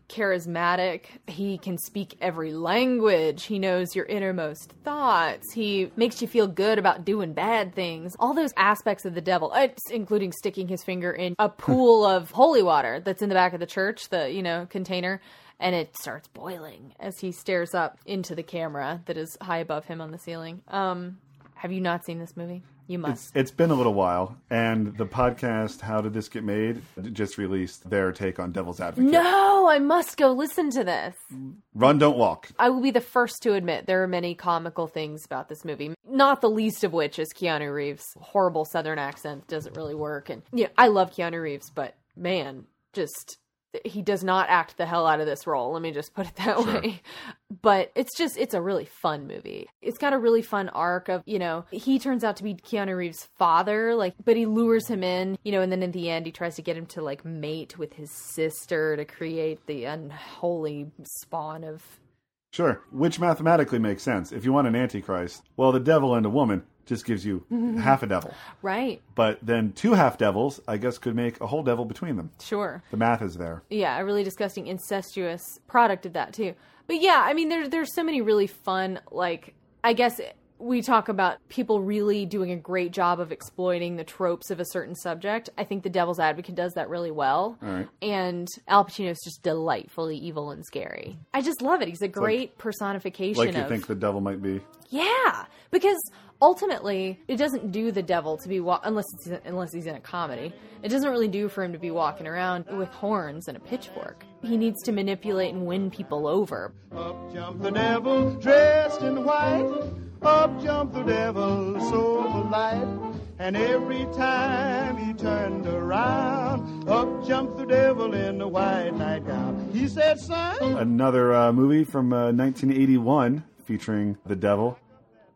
Speaker 10: charismatic. He can speak every language. He knows your innermost thoughts. He makes you feel good about doing bad things. All those aspects of the devil, uh, including sticking his finger in a pool of holy water that's in the back of the church, the, you know, container and it starts boiling as he stares up into the camera that is high above him on the ceiling. Um, have you not seen this movie? You must.
Speaker 1: It's, it's been a little while, and the podcast "How Did This Get Made" just released their take on Devil's Advocate.
Speaker 10: No, Oh, I must go listen to this.
Speaker 1: Run, don't walk.
Speaker 10: I will be the first to admit there are many comical things about this movie, not the least of which is Keanu Reeves' horrible southern accent doesn't really work. And, you know, I love Keanu Reeves, but man, just he does not act the hell out of this role. Let me just put it that
Speaker 13: Sure.
Speaker 10: way. But it's just, it's a really fun movie. It's got a really fun arc of, you know, he turns out to be Keanu Reeves' father, like, but he lures him in, you know, and then in the end, he tries to get him to, like, mate with his sister to create the unholy spawn of
Speaker 1: Sure, which mathematically makes sense. If you want an antichrist, well, the devil and a woman just gives you
Speaker 10: Mm-hmm.
Speaker 1: half a devil.
Speaker 10: Right.
Speaker 1: But then two half devils, I guess, could make a whole devil between them.
Speaker 10: Sure.
Speaker 1: The math is there.
Speaker 10: Yeah, a really disgusting incestuous product of that too. But yeah, I mean there there's so many really fun like I guess we talk about people really doing a great job of exploiting the tropes of a certain subject. I think The Devil's Advocate does that really well.
Speaker 1: All right.
Speaker 10: And Al Pacino is just delightfully evil and scary. I just love it. He's a great personification
Speaker 1: Like you
Speaker 10: of
Speaker 1: think the devil might be.
Speaker 10: yeah, because ultimately it doesn't do the devil to be wa- unless it's, unless he's in a comedy. It doesn't really do for him to be walking around with horns and a pitchfork. He needs to manipulate and win people over.
Speaker 14: Up jumped the devil dressed in white. Up jumped the devil so polite. And every time he turned around, up jumped the devil in the white nightgown. He said, son.
Speaker 1: Another uh, movie from uh, 1981 featuring the devil.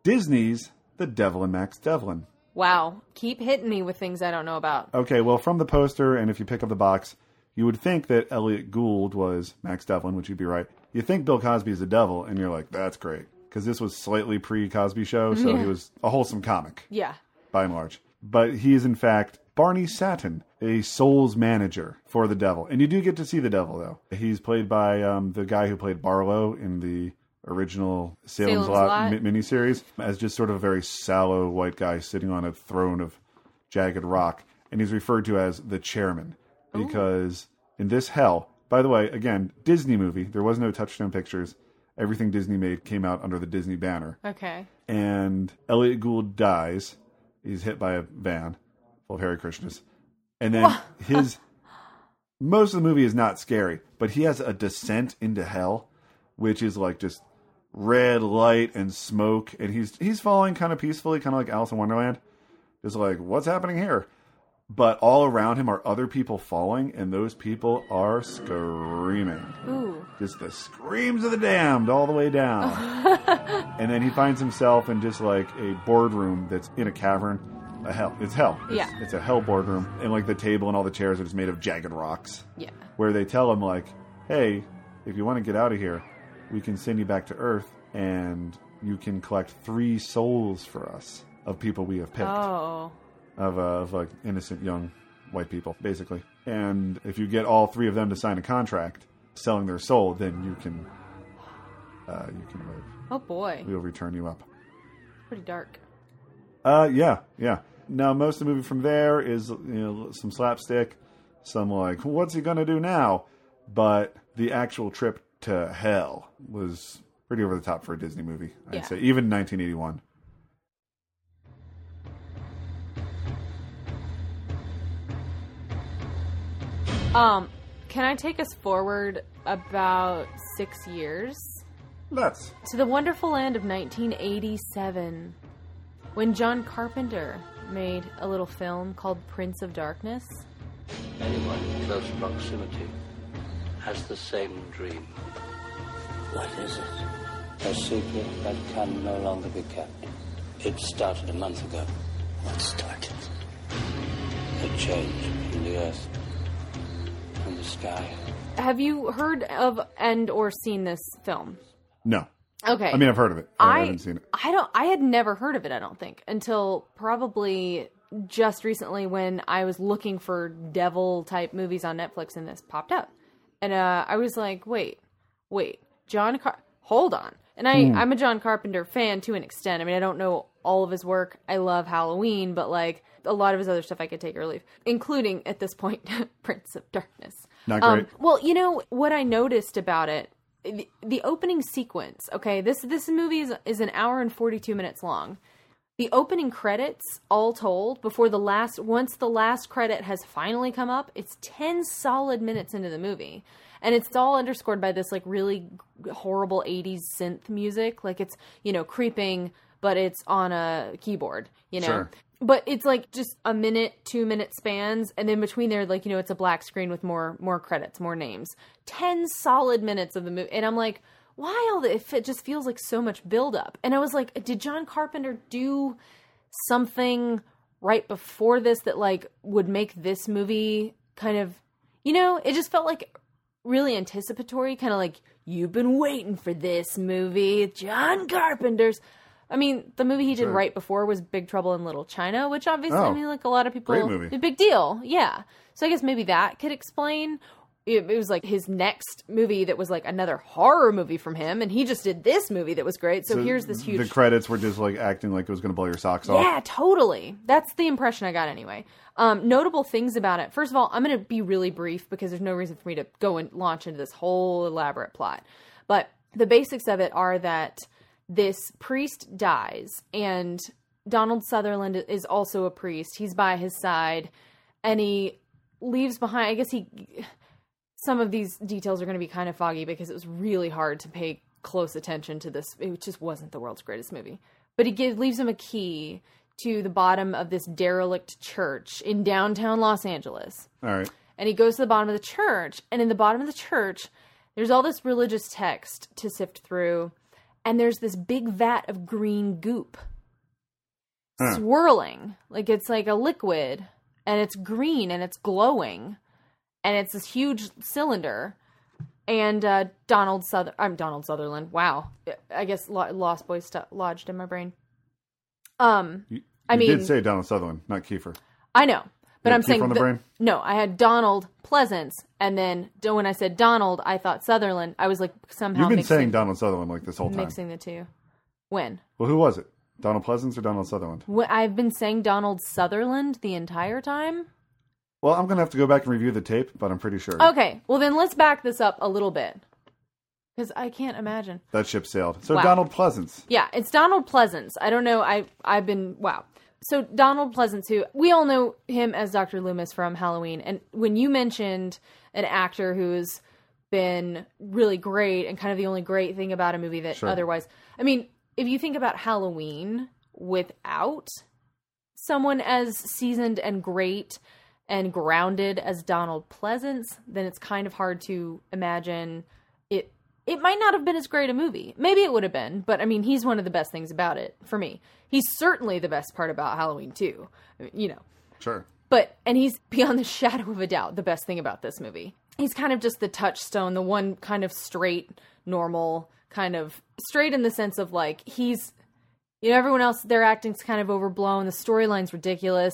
Speaker 1: Disney's The Devil and Max Devlin.
Speaker 10: Wow, keep hitting me with things I don't know about.
Speaker 1: Okay, well, from the poster, and if you pick up the box, you would think that Elliot Gould was Max Devlin, which you'd be right. You think Bill Cosby's the devil, and you're like, that's great. Because this was slightly pre Cosby show, so
Speaker 10: Yeah.
Speaker 1: he was a wholesome comic
Speaker 10: Yeah.
Speaker 1: by and large. But he is, in fact, Barney Satin, a Souls manager for the devil. And you do get to see the devil, though. He's played by um, the guy who played Barlow in the original Salem's,
Speaker 15: Salem's
Speaker 1: Lot,
Speaker 15: Lot.
Speaker 1: mi- miniseries as just sort of a very sallow white guy sitting on a throne of jagged rock. And he's referred to as the chairman because in this hell, by the way, again, Disney movie, there was no Touchstone Pictures. Everything Disney made came out under the Disney banner
Speaker 10: Okay.
Speaker 1: and Elliot Gould dies. He's hit by a van full of Hare Krishnas. And then his most of the movie is not scary, but he has a descent into hell, which is like just red light and smoke, and he's he's falling kind of peacefully, kind of like Alice in Wonderland. Just like, what's happening here? But all around him are other people falling, and those people are screaming.
Speaker 10: Ooh.
Speaker 1: Just the screams of the damned all the way down. and then he finds himself in just like a boardroom that's in a cavern. A hell. It's hell. It's,
Speaker 10: Yeah.
Speaker 1: It's a hell boardroom. And like the table and all the chairs are just made of jagged rocks.
Speaker 10: Yeah.
Speaker 1: Where they tell him, like, hey, if you want to get out of here, we can send you back to Earth and you can collect three souls for us of people we have picked
Speaker 10: Oh.
Speaker 1: of, uh, of like innocent young white people, basically. And if you get all three of them to sign a contract selling their soul, then you can uh, you can live.
Speaker 10: Oh boy.
Speaker 1: We'll return you up.
Speaker 10: Pretty dark.
Speaker 1: Uh, yeah, yeah. Now most of the movie from there is you know some slapstick, some like what's he gonna do now, but the actual trip to hell was pretty over the top for a Disney movie. I'd
Speaker 10: Yeah.
Speaker 1: say even 1981.
Speaker 10: Um, can I take us forward about 6 years?
Speaker 1: Let's.
Speaker 10: to the wonderful land of 1987 when John Carpenter made a little film called Prince of Darkness.
Speaker 12: Anyone in close proximity has the same dream. What is it?
Speaker 16: A secret that can no longer be kept. It started a month ago. What started? A change in the earth and the sky.
Speaker 10: Have you heard of and or seen this film?
Speaker 17: No.
Speaker 10: Okay.
Speaker 17: I mean, I've heard of it. I, haven't seen it.
Speaker 10: I don't. I had never heard of it. I don't think until probably just recently when I was looking for devil type movies on Netflix and this popped up, and uh, I was like, wait, wait, John Car. Hold on. And I,
Speaker 18: Hmm.
Speaker 10: I'm a John Carpenter fan to an extent. I mean, I don't know all of his work. I love Halloween, but like a lot of his other stuff, I could take or leave, including at this point, Prince of Darkness. Um,
Speaker 17: Not great.
Speaker 10: well, you know what I noticed about it the, the opening sequence. Okay, this this movie is is an hour and forty two minutes long. The opening credits, all told, before the last once the last credit has finally come up, it's ten solid minutes into the movie, and it's all underscored by this like really horrible '80s synth music. Like it's you know creeping, but it's on a keyboard. You know,
Speaker 18: Sure.
Speaker 10: but it's like just a minute two minute spans and then between there like you know it's a black screen with more more credits more names 10 solid minutes of the movie and i'm like why all the if it just feels like so much build up and i was like did john carpenter do something right before this that like would make this movie kind of you know it just felt like really anticipatory kind of like you've been waiting for this movie john carpenter's i mean the movie he did
Speaker 18: Sure.
Speaker 10: right before was big trouble in little china which obviously i
Speaker 18: Oh.
Speaker 10: mean like a lot of people
Speaker 18: Great movie.
Speaker 10: a big deal yeah so i guess maybe that could explain it, it was like his next movie that was like another horror movie from him and he just did this movie that was great so, here's this huge
Speaker 17: The credits were just like acting like it was going to blow your socks off.
Speaker 10: yeah, totally. That's the impression I got anyway. Um, notable things about it. First of all, I'm going to be really brief because there's no reason for me to go and launch into this whole elaborate plot. But the basics of it are that this priest dies, and Donald Sutherland is also a priest. He's by his side, and he leaves behind. I guess he some of these details are going to be kind of foggy because it was really hard to pay close attention to this. It just wasn't the world's greatest movie. But he gives, leaves him a key to the bottom of this derelict church in downtown Los Angeles.
Speaker 17: All right.
Speaker 10: And he goes to the bottom of the church. And in the bottom of the church, there's all this religious text to sift through. And there's this big vat of green goop
Speaker 18: Huh.
Speaker 10: swirling. Like it's like a liquid. And it's green and it's glowing and it's this huge cylinder. And uh, Donald Suther, I'm Donald Sutherland. Wow, I guess Lo- Lost Boy stu lodged in my brain. Um,
Speaker 17: You,
Speaker 10: I
Speaker 17: you
Speaker 10: mean,
Speaker 17: did say Donald Sutherland, not Kiefer.
Speaker 10: I know, but
Speaker 17: You had
Speaker 10: I'm
Speaker 17: Kiefer
Speaker 10: saying
Speaker 17: on the
Speaker 10: th-
Speaker 17: brain?
Speaker 10: no. I had Donald Pleasance, and then d- when I said Donald, I thought Sutherland. I was like somehow
Speaker 17: You've been
Speaker 10: mixing,
Speaker 17: saying Donald Sutherland like this whole time.
Speaker 10: mixing the two. When?
Speaker 17: Well, who was it? Donald Pleasance or Donald Sutherland?
Speaker 10: when I've been saying Donald Sutherland the entire time.
Speaker 17: Well, I'm going to have to go back and review the tape, but I'm pretty sure
Speaker 10: Okay, well then let's back this up a little bit because I can't imagine.
Speaker 17: that ship sailed. So
Speaker 10: Wow.
Speaker 17: Donald Pleasance.
Speaker 10: Yeah, it's Donald Pleasance. I don't know. I I've been wow. So Donald Pleasance, who we all know him as Dr. Loomis from Halloween, and when you mentioned an actor who's been really great and kind of the only great thing about a movie that
Speaker 18: Sure.
Speaker 10: otherwise, I mean, if you think about Halloween without someone as seasoned and great and grounded as Donald Pleasance, then it's kind of hard to imagine it it might not have been as great a movie. Maybe it would have been, but I mean, he's one of the best things about it for me. He's certainly the best part about Halloween too. I mean, you know.
Speaker 17: Sure.
Speaker 10: But and he's beyond the shadow of a doubt the best thing about this movie. He's kind of just the touchstone, the one kind of straight, normal, kind of straight in the sense of like he's you know everyone else their acting's kind of overblown, the storyline's ridiculous.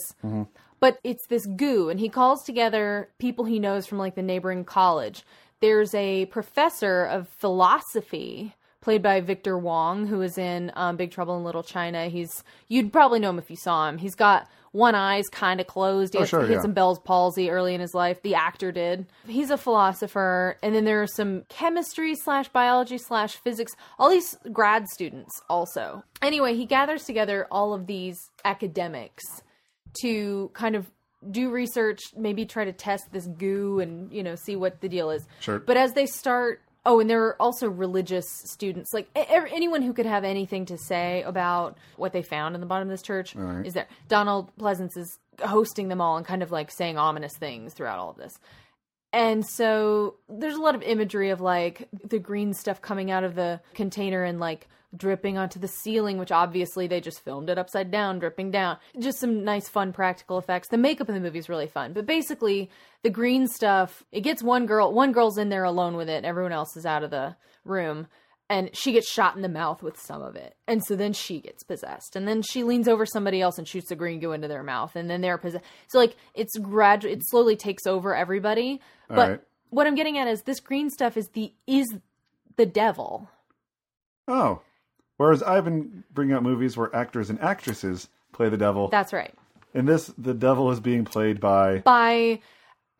Speaker 10: But it's this goo, and he calls together people he knows from like the neighboring college. There's a professor of philosophy played by Victor Wong, who is in um, Big Trouble in Little China. He's you'd probably know him if you saw him. He's got one eye's kind of closed. He,
Speaker 18: Oh,
Speaker 10: had-
Speaker 18: sure,
Speaker 10: he had
Speaker 18: yeah.
Speaker 10: some Bell's palsy early in his life. The actor did. He's a philosopher, and then there are some chemistry slash biology slash physics. All these grad students also. Anyway, he gathers together all of these academics to kind of do research, maybe try to test this goo and, you know, see what the deal is.
Speaker 18: Sure.
Speaker 10: But as they start, oh, and there are also religious students, like e- e- anyone who could have anything to say about what they found in the bottom of this church
Speaker 18: All right.
Speaker 10: is there. Donald Pleasance is hosting them all and kind of like saying ominous things throughout all of this. And so there's a lot of imagery of like the green stuff coming out of the container and like dripping onto the ceiling, which obviously they just filmed it upside down, dripping down. Just some nice, fun practical effects. The makeup in the movie is really fun, but basically the green stuff it gets one girl, one girl's in there alone with it, and everyone else is out of the room. And she gets shot in the mouth with some of it. And so then she gets possessed. And then she leans over somebody else and shoots the green goo into their mouth. And then they're possessed. So, like, it's gradual, it slowly takes over everybody.
Speaker 17: All
Speaker 10: but
Speaker 17: right.
Speaker 10: what I'm getting at is this green stuff is the is the devil.
Speaker 17: Oh. Whereas I've been bringing up movies where actors and actresses play the devil.
Speaker 10: That's right.
Speaker 17: In this, the devil is being played by.
Speaker 10: by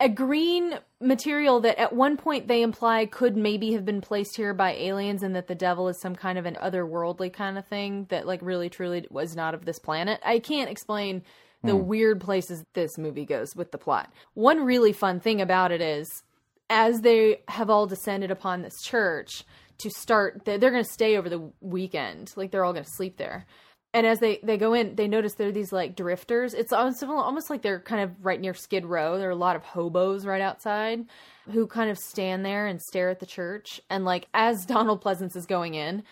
Speaker 10: a green material that at one point they imply could maybe have been placed here by aliens and that the devil is some kind of an otherworldly kind of thing that like really truly was not of this planet. I can't explain the
Speaker 19: Hmm.
Speaker 10: weird places this movie goes with the plot. One really fun thing about it is as they have all descended upon this church to start they're going to stay over the weekend. Like they're all going to sleep there. And as they, they go in, they notice there are these like drifters. It's almost, almost like they're kind of right near Skid Row. There are a lot of hobos right outside who kind of stand there and stare at the church. And like as Donald Pleasance is going in,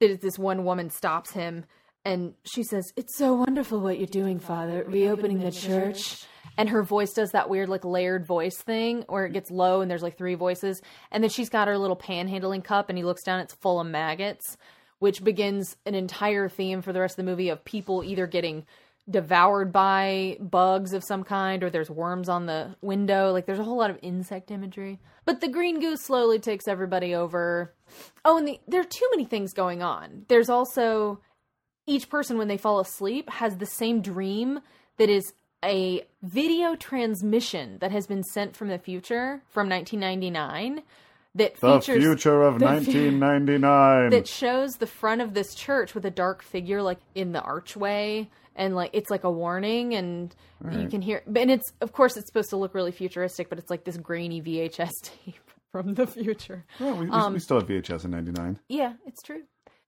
Speaker 10: th- this one woman stops him and she says, It's so wonderful what you're doing, Father, reopening the church. And her voice does that weird, like, layered voice thing where it gets low and there's like three voices. And then she's got her little panhandling cup and he looks down, it's full of maggots, which begins an entire theme for the rest of the movie of people either getting devoured by bugs of some kind or there's worms on the window. Like, there's a whole lot of insect imagery. But the green goose slowly takes everybody over. Oh, and the, there are too many things going on. There's also each person when they fall asleep has the same dream that is a video transmission that has been sent from the future from 1999 that
Speaker 17: The
Speaker 10: features
Speaker 17: future of
Speaker 10: the fu-
Speaker 17: 1999.
Speaker 10: that shows the front of this church with a dark figure like in the archway and like it's like a warning and you
Speaker 17: Right.
Speaker 10: can hear and it's of course it's supposed to look really futuristic but it's like this grainy VHS tape from the future.
Speaker 17: Well, we, we,
Speaker 10: Um,
Speaker 17: we still have VHS in 99.
Speaker 10: yeah, it's true.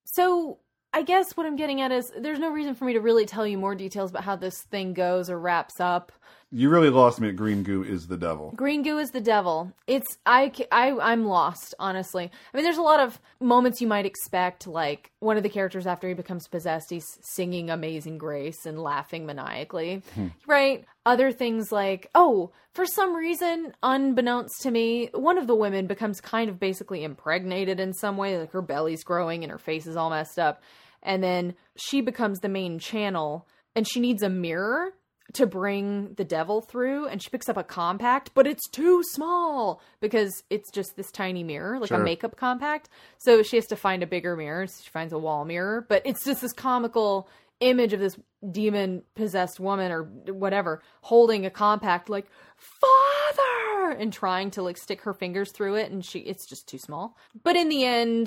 Speaker 10: So I guess what I'm getting at is there's no reason for me to really tell you more details about how this thing goes or wraps up.
Speaker 17: You really lost me at Green Goo is the devil.
Speaker 10: Green goo is the devil. It's I, ca- I am lost honestly. I mean, there's a lot of moments you might expect, like one of the characters after he becomes possessed, he's singing "Amazing Grace" and laughing maniacally,
Speaker 19: Hmm.
Speaker 10: right? Other things like, oh, for some reason, unbeknownst to me, one of the women becomes kind of basically impregnated in some way, like her belly's growing and her face is all messed up, and then she becomes the main channel, and she needs a mirror to bring the devil through and she picks up a compact but it's too small because it's just this tiny mirror like
Speaker 19: Sure.
Speaker 10: a makeup compact so she has to find a bigger mirror so she finds a wall mirror but it's just this comical image of this demon possessed woman or whatever holding a compact like father and trying to like stick her fingers through it and she it's just too small but in the end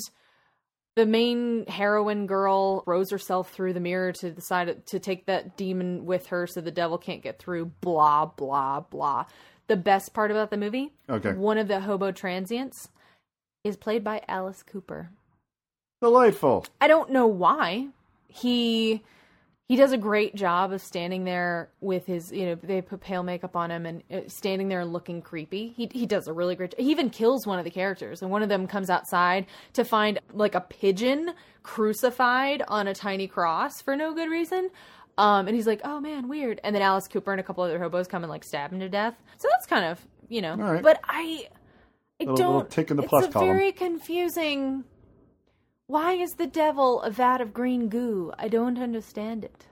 Speaker 10: the main heroine girl rows herself through the mirror to the side to take that demon with her so the devil can't get through blah blah blah the best part about the movie
Speaker 17: Okay.
Speaker 10: one of the hobo transients is played by alice cooper
Speaker 17: Delightful.
Speaker 10: I don't know why. He he does a great job of standing there with his, you know, they put pale makeup on him and uh, standing there and looking creepy. He he does a really great. He even kills one of the characters, and one of them comes outside to find like a pigeon crucified on a tiny cross for no good reason. Um, and he's like, "Oh man, weird." And then Alice Cooper and a couple other hobos come and like stab him to death. So that's kind of you know.
Speaker 17: All right.
Speaker 10: But I, I
Speaker 17: Little-
Speaker 10: don't.
Speaker 17: little tick in the
Speaker 10: it's
Speaker 17: plus
Speaker 10: a
Speaker 17: column.
Speaker 10: very confusing why is the devil a vat of green goo? I don't understand it.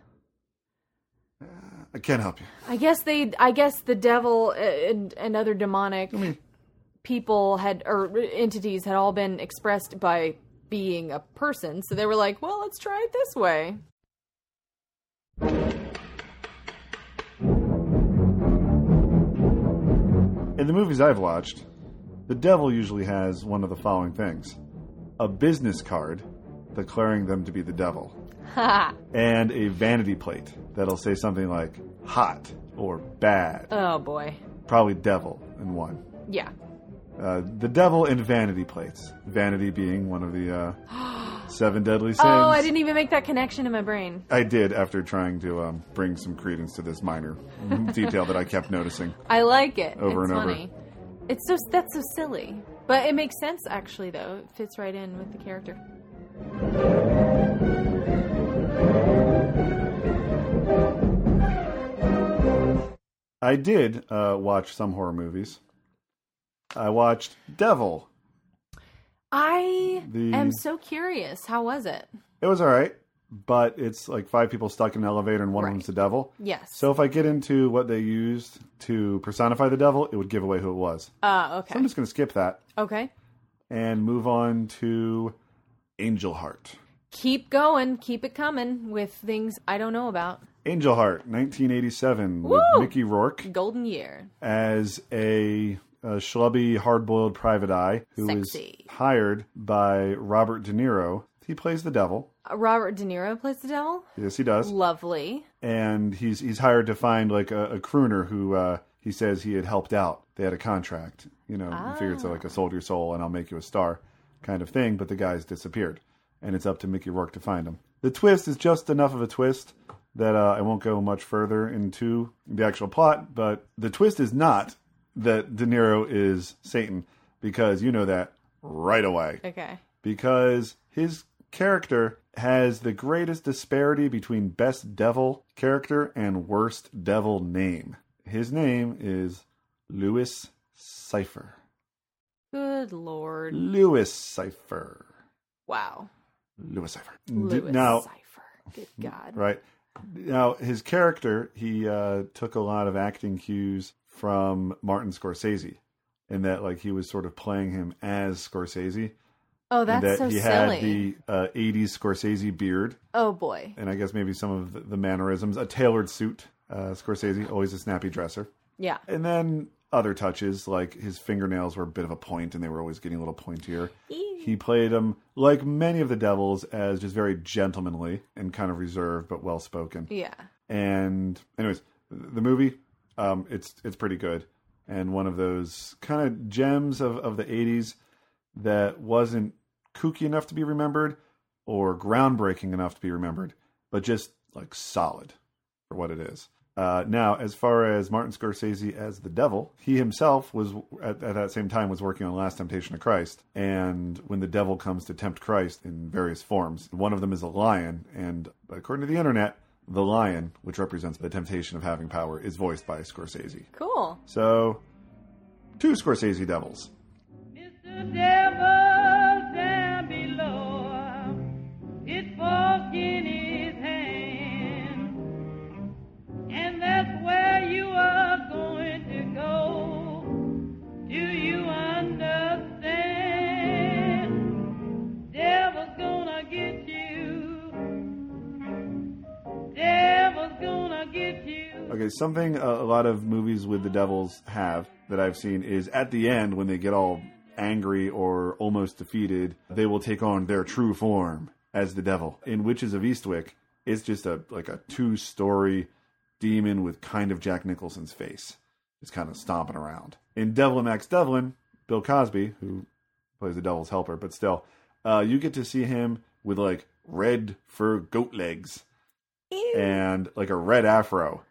Speaker 17: I can't help you.
Speaker 10: I guess they. I guess the devil uh, and, and other demonic people had or entities had all been expressed by being a person. So they were like, "Well, let's try it this way."
Speaker 17: In the movies I've watched, the devil usually has one of the following things a business card declaring them to be the devil,
Speaker 10: Ha!
Speaker 17: and a vanity plate that'll say something like hot or bad,
Speaker 10: Oh boy.
Speaker 17: probably devil in one.
Speaker 10: Yeah.
Speaker 17: Uh, the devil and vanity plates, vanity being one of the uh, seven deadly sins.
Speaker 10: Oh, I didn't e- even make that connection in my brain.
Speaker 17: I did after trying to um, bring some credence to this minor detail that I kept noticing.
Speaker 10: I like it.
Speaker 17: Over
Speaker 10: it's
Speaker 17: and over.
Speaker 10: funny. It's so that's so silly, but it makes sense actually though. It fits right in with the character.
Speaker 1: I did uh, watch some horror movies. I watched Devil.
Speaker 10: I
Speaker 1: The-
Speaker 10: am so curious. How was it?
Speaker 1: It was all right, but it's like five people stuck in an elevator and one of them's the devil.
Speaker 10: Yes.
Speaker 1: So if I get into what they used to personify the devil, it would give away who it was.
Speaker 10: Uh, okay.
Speaker 1: So I'm just going to skip that
Speaker 10: Okay.
Speaker 1: and move on to Angel Heart.
Speaker 10: Keep going. Keep it coming with things I don't know about.
Speaker 1: Angel Heart, 1987,
Speaker 10: Woo!
Speaker 1: with Mickey Rourke.
Speaker 10: Golden year.
Speaker 1: as a, a schlubby, hard-boiled private eye who is
Speaker 10: Sexy.
Speaker 1: hired by Robert De Niro. He plays the devil.
Speaker 10: Uh, Robert De Niro plays the devil.
Speaker 1: Yes, he does.
Speaker 10: Lovely.
Speaker 1: And he's he's hired to find like a, a crooner who uh, he says he had helped out. They had a contract, you know. He figured it's like a sold your soul and I'll make you a star, kind of thing. But the guy's disappeared, and it's up to Mickey Rourke to find him. The twist is just enough of a twist that uh, I won't go much further into the actual plot. But the twist is not that De Niro is Satan because you know that right away
Speaker 10: Okay.
Speaker 1: because his character has the greatest disparity between best devil character and worst devil name. His name is Lewis Cipher.
Speaker 10: Good lord.
Speaker 1: Lewis Cipher.
Speaker 10: Wow.
Speaker 1: Lewis Cipher.
Speaker 10: Lewis
Speaker 1: now,
Speaker 10: Cipher. Good God.
Speaker 1: right now, his character he uh, took a lot of acting cues from Martin Scorsese, in that like he was sort of playing him as Scorsese.
Speaker 10: Oh,
Speaker 1: in
Speaker 10: that's
Speaker 1: that
Speaker 10: so
Speaker 1: he
Speaker 10: silly.
Speaker 1: had the uh, '80s Scorsese beard.
Speaker 10: Oh boy.
Speaker 1: and I guess maybe some of the, the mannerisms, a tailored suit. Uh, Scorsese, always a snappy dresser.
Speaker 10: Yeah.
Speaker 1: And then other touches, like his fingernails were a bit of a point and they were always getting a little pointier. He played them, like many of the devils, as just very gentlemanly and kind of reserved but well spoken.
Speaker 10: Yeah.
Speaker 1: And, anyways, the movie, um, it's it's pretty good. And one of those kind of gems of, of the 80s that wasn't kooky enough to be remembered or groundbreaking enough to be remembered, but just like solid for what it is. Uh, now, as far as Martin Scorsese as the devil, he himself was at, at that same time was working on Last Temptation of Christ, and when the devil comes to tempt Christ in various forms, one of them is a lion, and according to the internet, the lion, which represents the temptation of having power, is voiced by Scorsese.
Speaker 10: Cool.
Speaker 1: So, two Scorsese devils.
Speaker 9: devil down below. His fork in his hand. And that's where you are going to go. Do you understand? Devil's gonna get you. Devil's gonna get you.
Speaker 1: Okay, something uh, a lot of movies with the devils have that I've seen is at the end when they get all angry or almost defeated, they will take on their true form as the devil. In Witches of Eastwick, it's just a like a two-story demon with kind of Jack Nicholson's face, just kind of stomping around. In Devil and Max Devlin, Bill Cosby, who plays the devil's helper, but still, uh, you get to see him with like red fur goat legs and like a red afro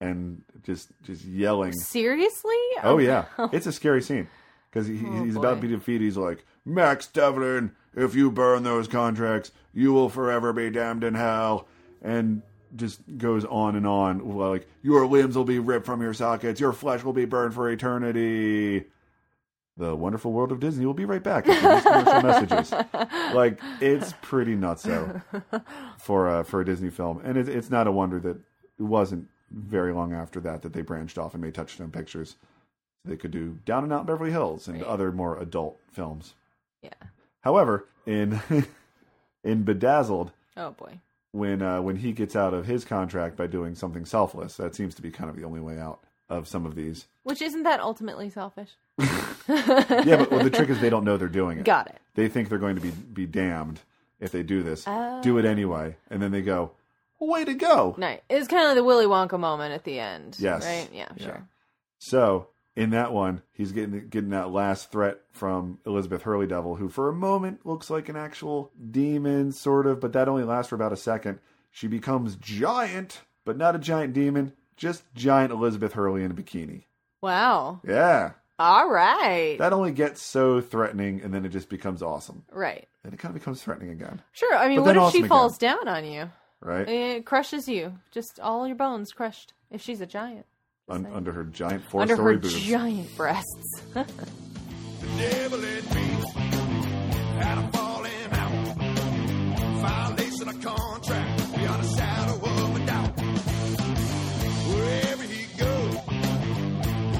Speaker 1: and just just yelling
Speaker 10: Seriously?
Speaker 1: oh yeah it's a scary scene because he,
Speaker 10: Oh,
Speaker 1: he's about to
Speaker 10: boy.
Speaker 1: be defeated he's like max devlin if you burn those contracts you will forever be damned in hell and just goes on and on well, like your limbs will be ripped from your sockets your flesh will be burned for eternity the wonderful world of disney will be right back after these commercial messages like it's pretty nutso for a for a Disney film, and it, it's not a wonder that it wasn't very long after that that they branched off and made Touchstone Pictures. They could do Down and Out in Beverly Hills and other more adult films.
Speaker 10: Yeah.
Speaker 1: However, in in Bedazzled,
Speaker 10: Oh boy.
Speaker 1: when uh, when he gets out of his contract by doing something selfless, that seems to be kind of the only way out of some of these.
Speaker 10: Which isn't that ultimately selfish?
Speaker 1: Yeah, but well, the trick is they don't know they're doing it.
Speaker 10: Got it.
Speaker 1: They think they're going to be be damned if they do this.
Speaker 10: Oh.
Speaker 1: Do it anyway, and then they go, "Way to go!"
Speaker 10: Nice. It's kind of the Willy Wonka moment at the end.
Speaker 1: Yes.
Speaker 10: Right? Yeah, sure.
Speaker 1: So in that one, he's getting getting that last threat from Elizabeth Hurley Devil, who for a moment looks like an actual demon, sort of, but that only lasts for about a second. She becomes giant, but not a giant demon, just giant Elizabeth Hurley in a bikini.
Speaker 10: Wow.
Speaker 1: Yeah,
Speaker 10: All right.
Speaker 1: That only gets so threatening, and then it just becomes awesome.
Speaker 10: Right.
Speaker 1: Then it kind of becomes threatening again.
Speaker 10: Sure. I mean,
Speaker 1: But
Speaker 10: what
Speaker 1: then
Speaker 10: if
Speaker 1: awesome
Speaker 10: she
Speaker 1: again.
Speaker 10: falls down on you?
Speaker 1: Right.
Speaker 10: It crushes you. Just all your bones crushed. If she's a giant.
Speaker 1: Un- under her giant four
Speaker 10: Under
Speaker 1: story
Speaker 10: her
Speaker 1: boobs.
Speaker 10: giant breasts.
Speaker 2: devil in me. Had a falling out. Violation of contract beyond a shadow of a doubt. Wherever he goes,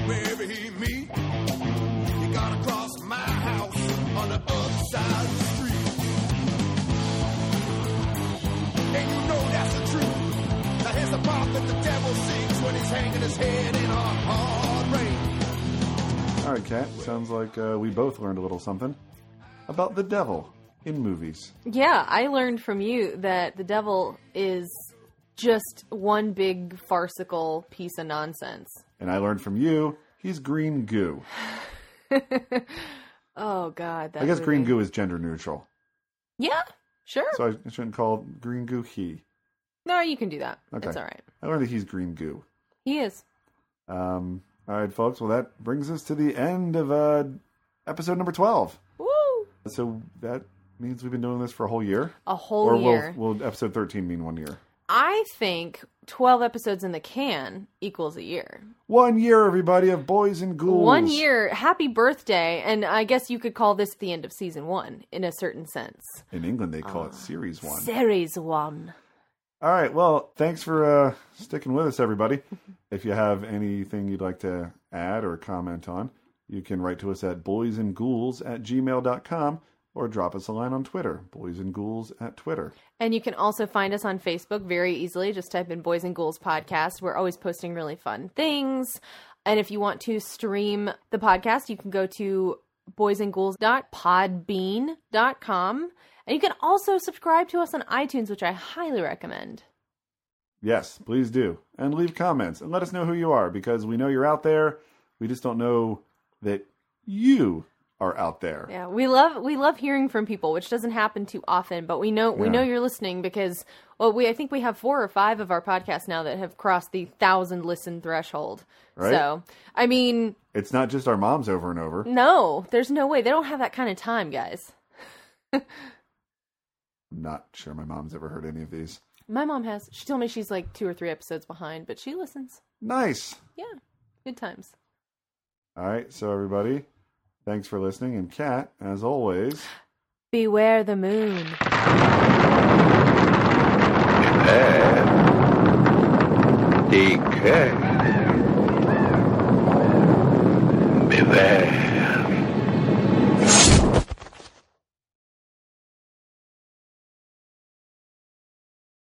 Speaker 2: wherever he meet, he gotta cross my house on the other side of the street. And you know that's the truth. Now here's the part that the devil sings when he's hanging his head in a hard rain.
Speaker 1: All right, Kat. Sounds like uh, we both learned a little something about the devil in movies.
Speaker 10: yeah, I learned from you that the devil is just one big farcical piece of nonsense.
Speaker 1: And I learned from you, he's green goo.
Speaker 10: Oh God. That
Speaker 1: I guess
Speaker 10: movie.
Speaker 1: green goo is gender neutral.
Speaker 10: Yeah. Sure.
Speaker 1: So I I shouldn't call green goo he.
Speaker 10: no, you can do that.
Speaker 1: Okay.
Speaker 10: It's all right.
Speaker 1: I learned that he's green goo.
Speaker 10: He is.
Speaker 1: Um, all right, folks. Well, that brings us to the end of uh, episode number 12.
Speaker 10: Woo!
Speaker 1: So that means we've been doing this for a whole year?
Speaker 10: A whole
Speaker 1: or
Speaker 10: year.
Speaker 1: Will, will episode 13 mean one year?
Speaker 10: I think 12 episodes in the can equals a year.
Speaker 1: One year, everybody, of Boys and Ghouls.
Speaker 10: One year, happy birthday. And I guess you could call this the end of season one in a certain sense.
Speaker 1: In England, they
Speaker 10: Ah,
Speaker 1: call it Series 1.
Speaker 10: Series one.
Speaker 1: All right. Well, thanks for uh, sticking with us, everybody. if you have anything you'd like to add or comment on, you can write to us at boysandghouls at gmail.com or drop us a line on Twitter, boysandghouls at Twitter.
Speaker 10: And you can also find us on Facebook very easily. Just type in Boys and Ghouls Podcast. We're always posting really fun things. And if you want to stream the podcast, you can go to boysandghouls.podbean.com. And you can also subscribe to us on iTunes, which I highly recommend.
Speaker 1: Yes, please do. And leave comments and let us know who you are because we know you're out there. We just don't know that you are out there.
Speaker 10: Yeah, we love we love hearing from people, which doesn't happen too often. But we know we
Speaker 1: Yeah.
Speaker 10: know you're listening because well, we I think we have four or five of our podcasts now that have crossed the thousand listen threshold.
Speaker 1: Right.
Speaker 10: So I mean,
Speaker 1: It's not just our moms over and over.
Speaker 10: no, there's no way they don't have that kind of time, guys.
Speaker 1: I'm not sure my mom's ever heard any of these.
Speaker 10: My mom has. She told me she's like two or three episodes behind, but she listens.
Speaker 1: Nice.
Speaker 10: Yeah, good times.
Speaker 1: All right. So, everybody, thanks for listening. And, Kat, as always.
Speaker 10: Beware the moon.
Speaker 2: Decay. Beware.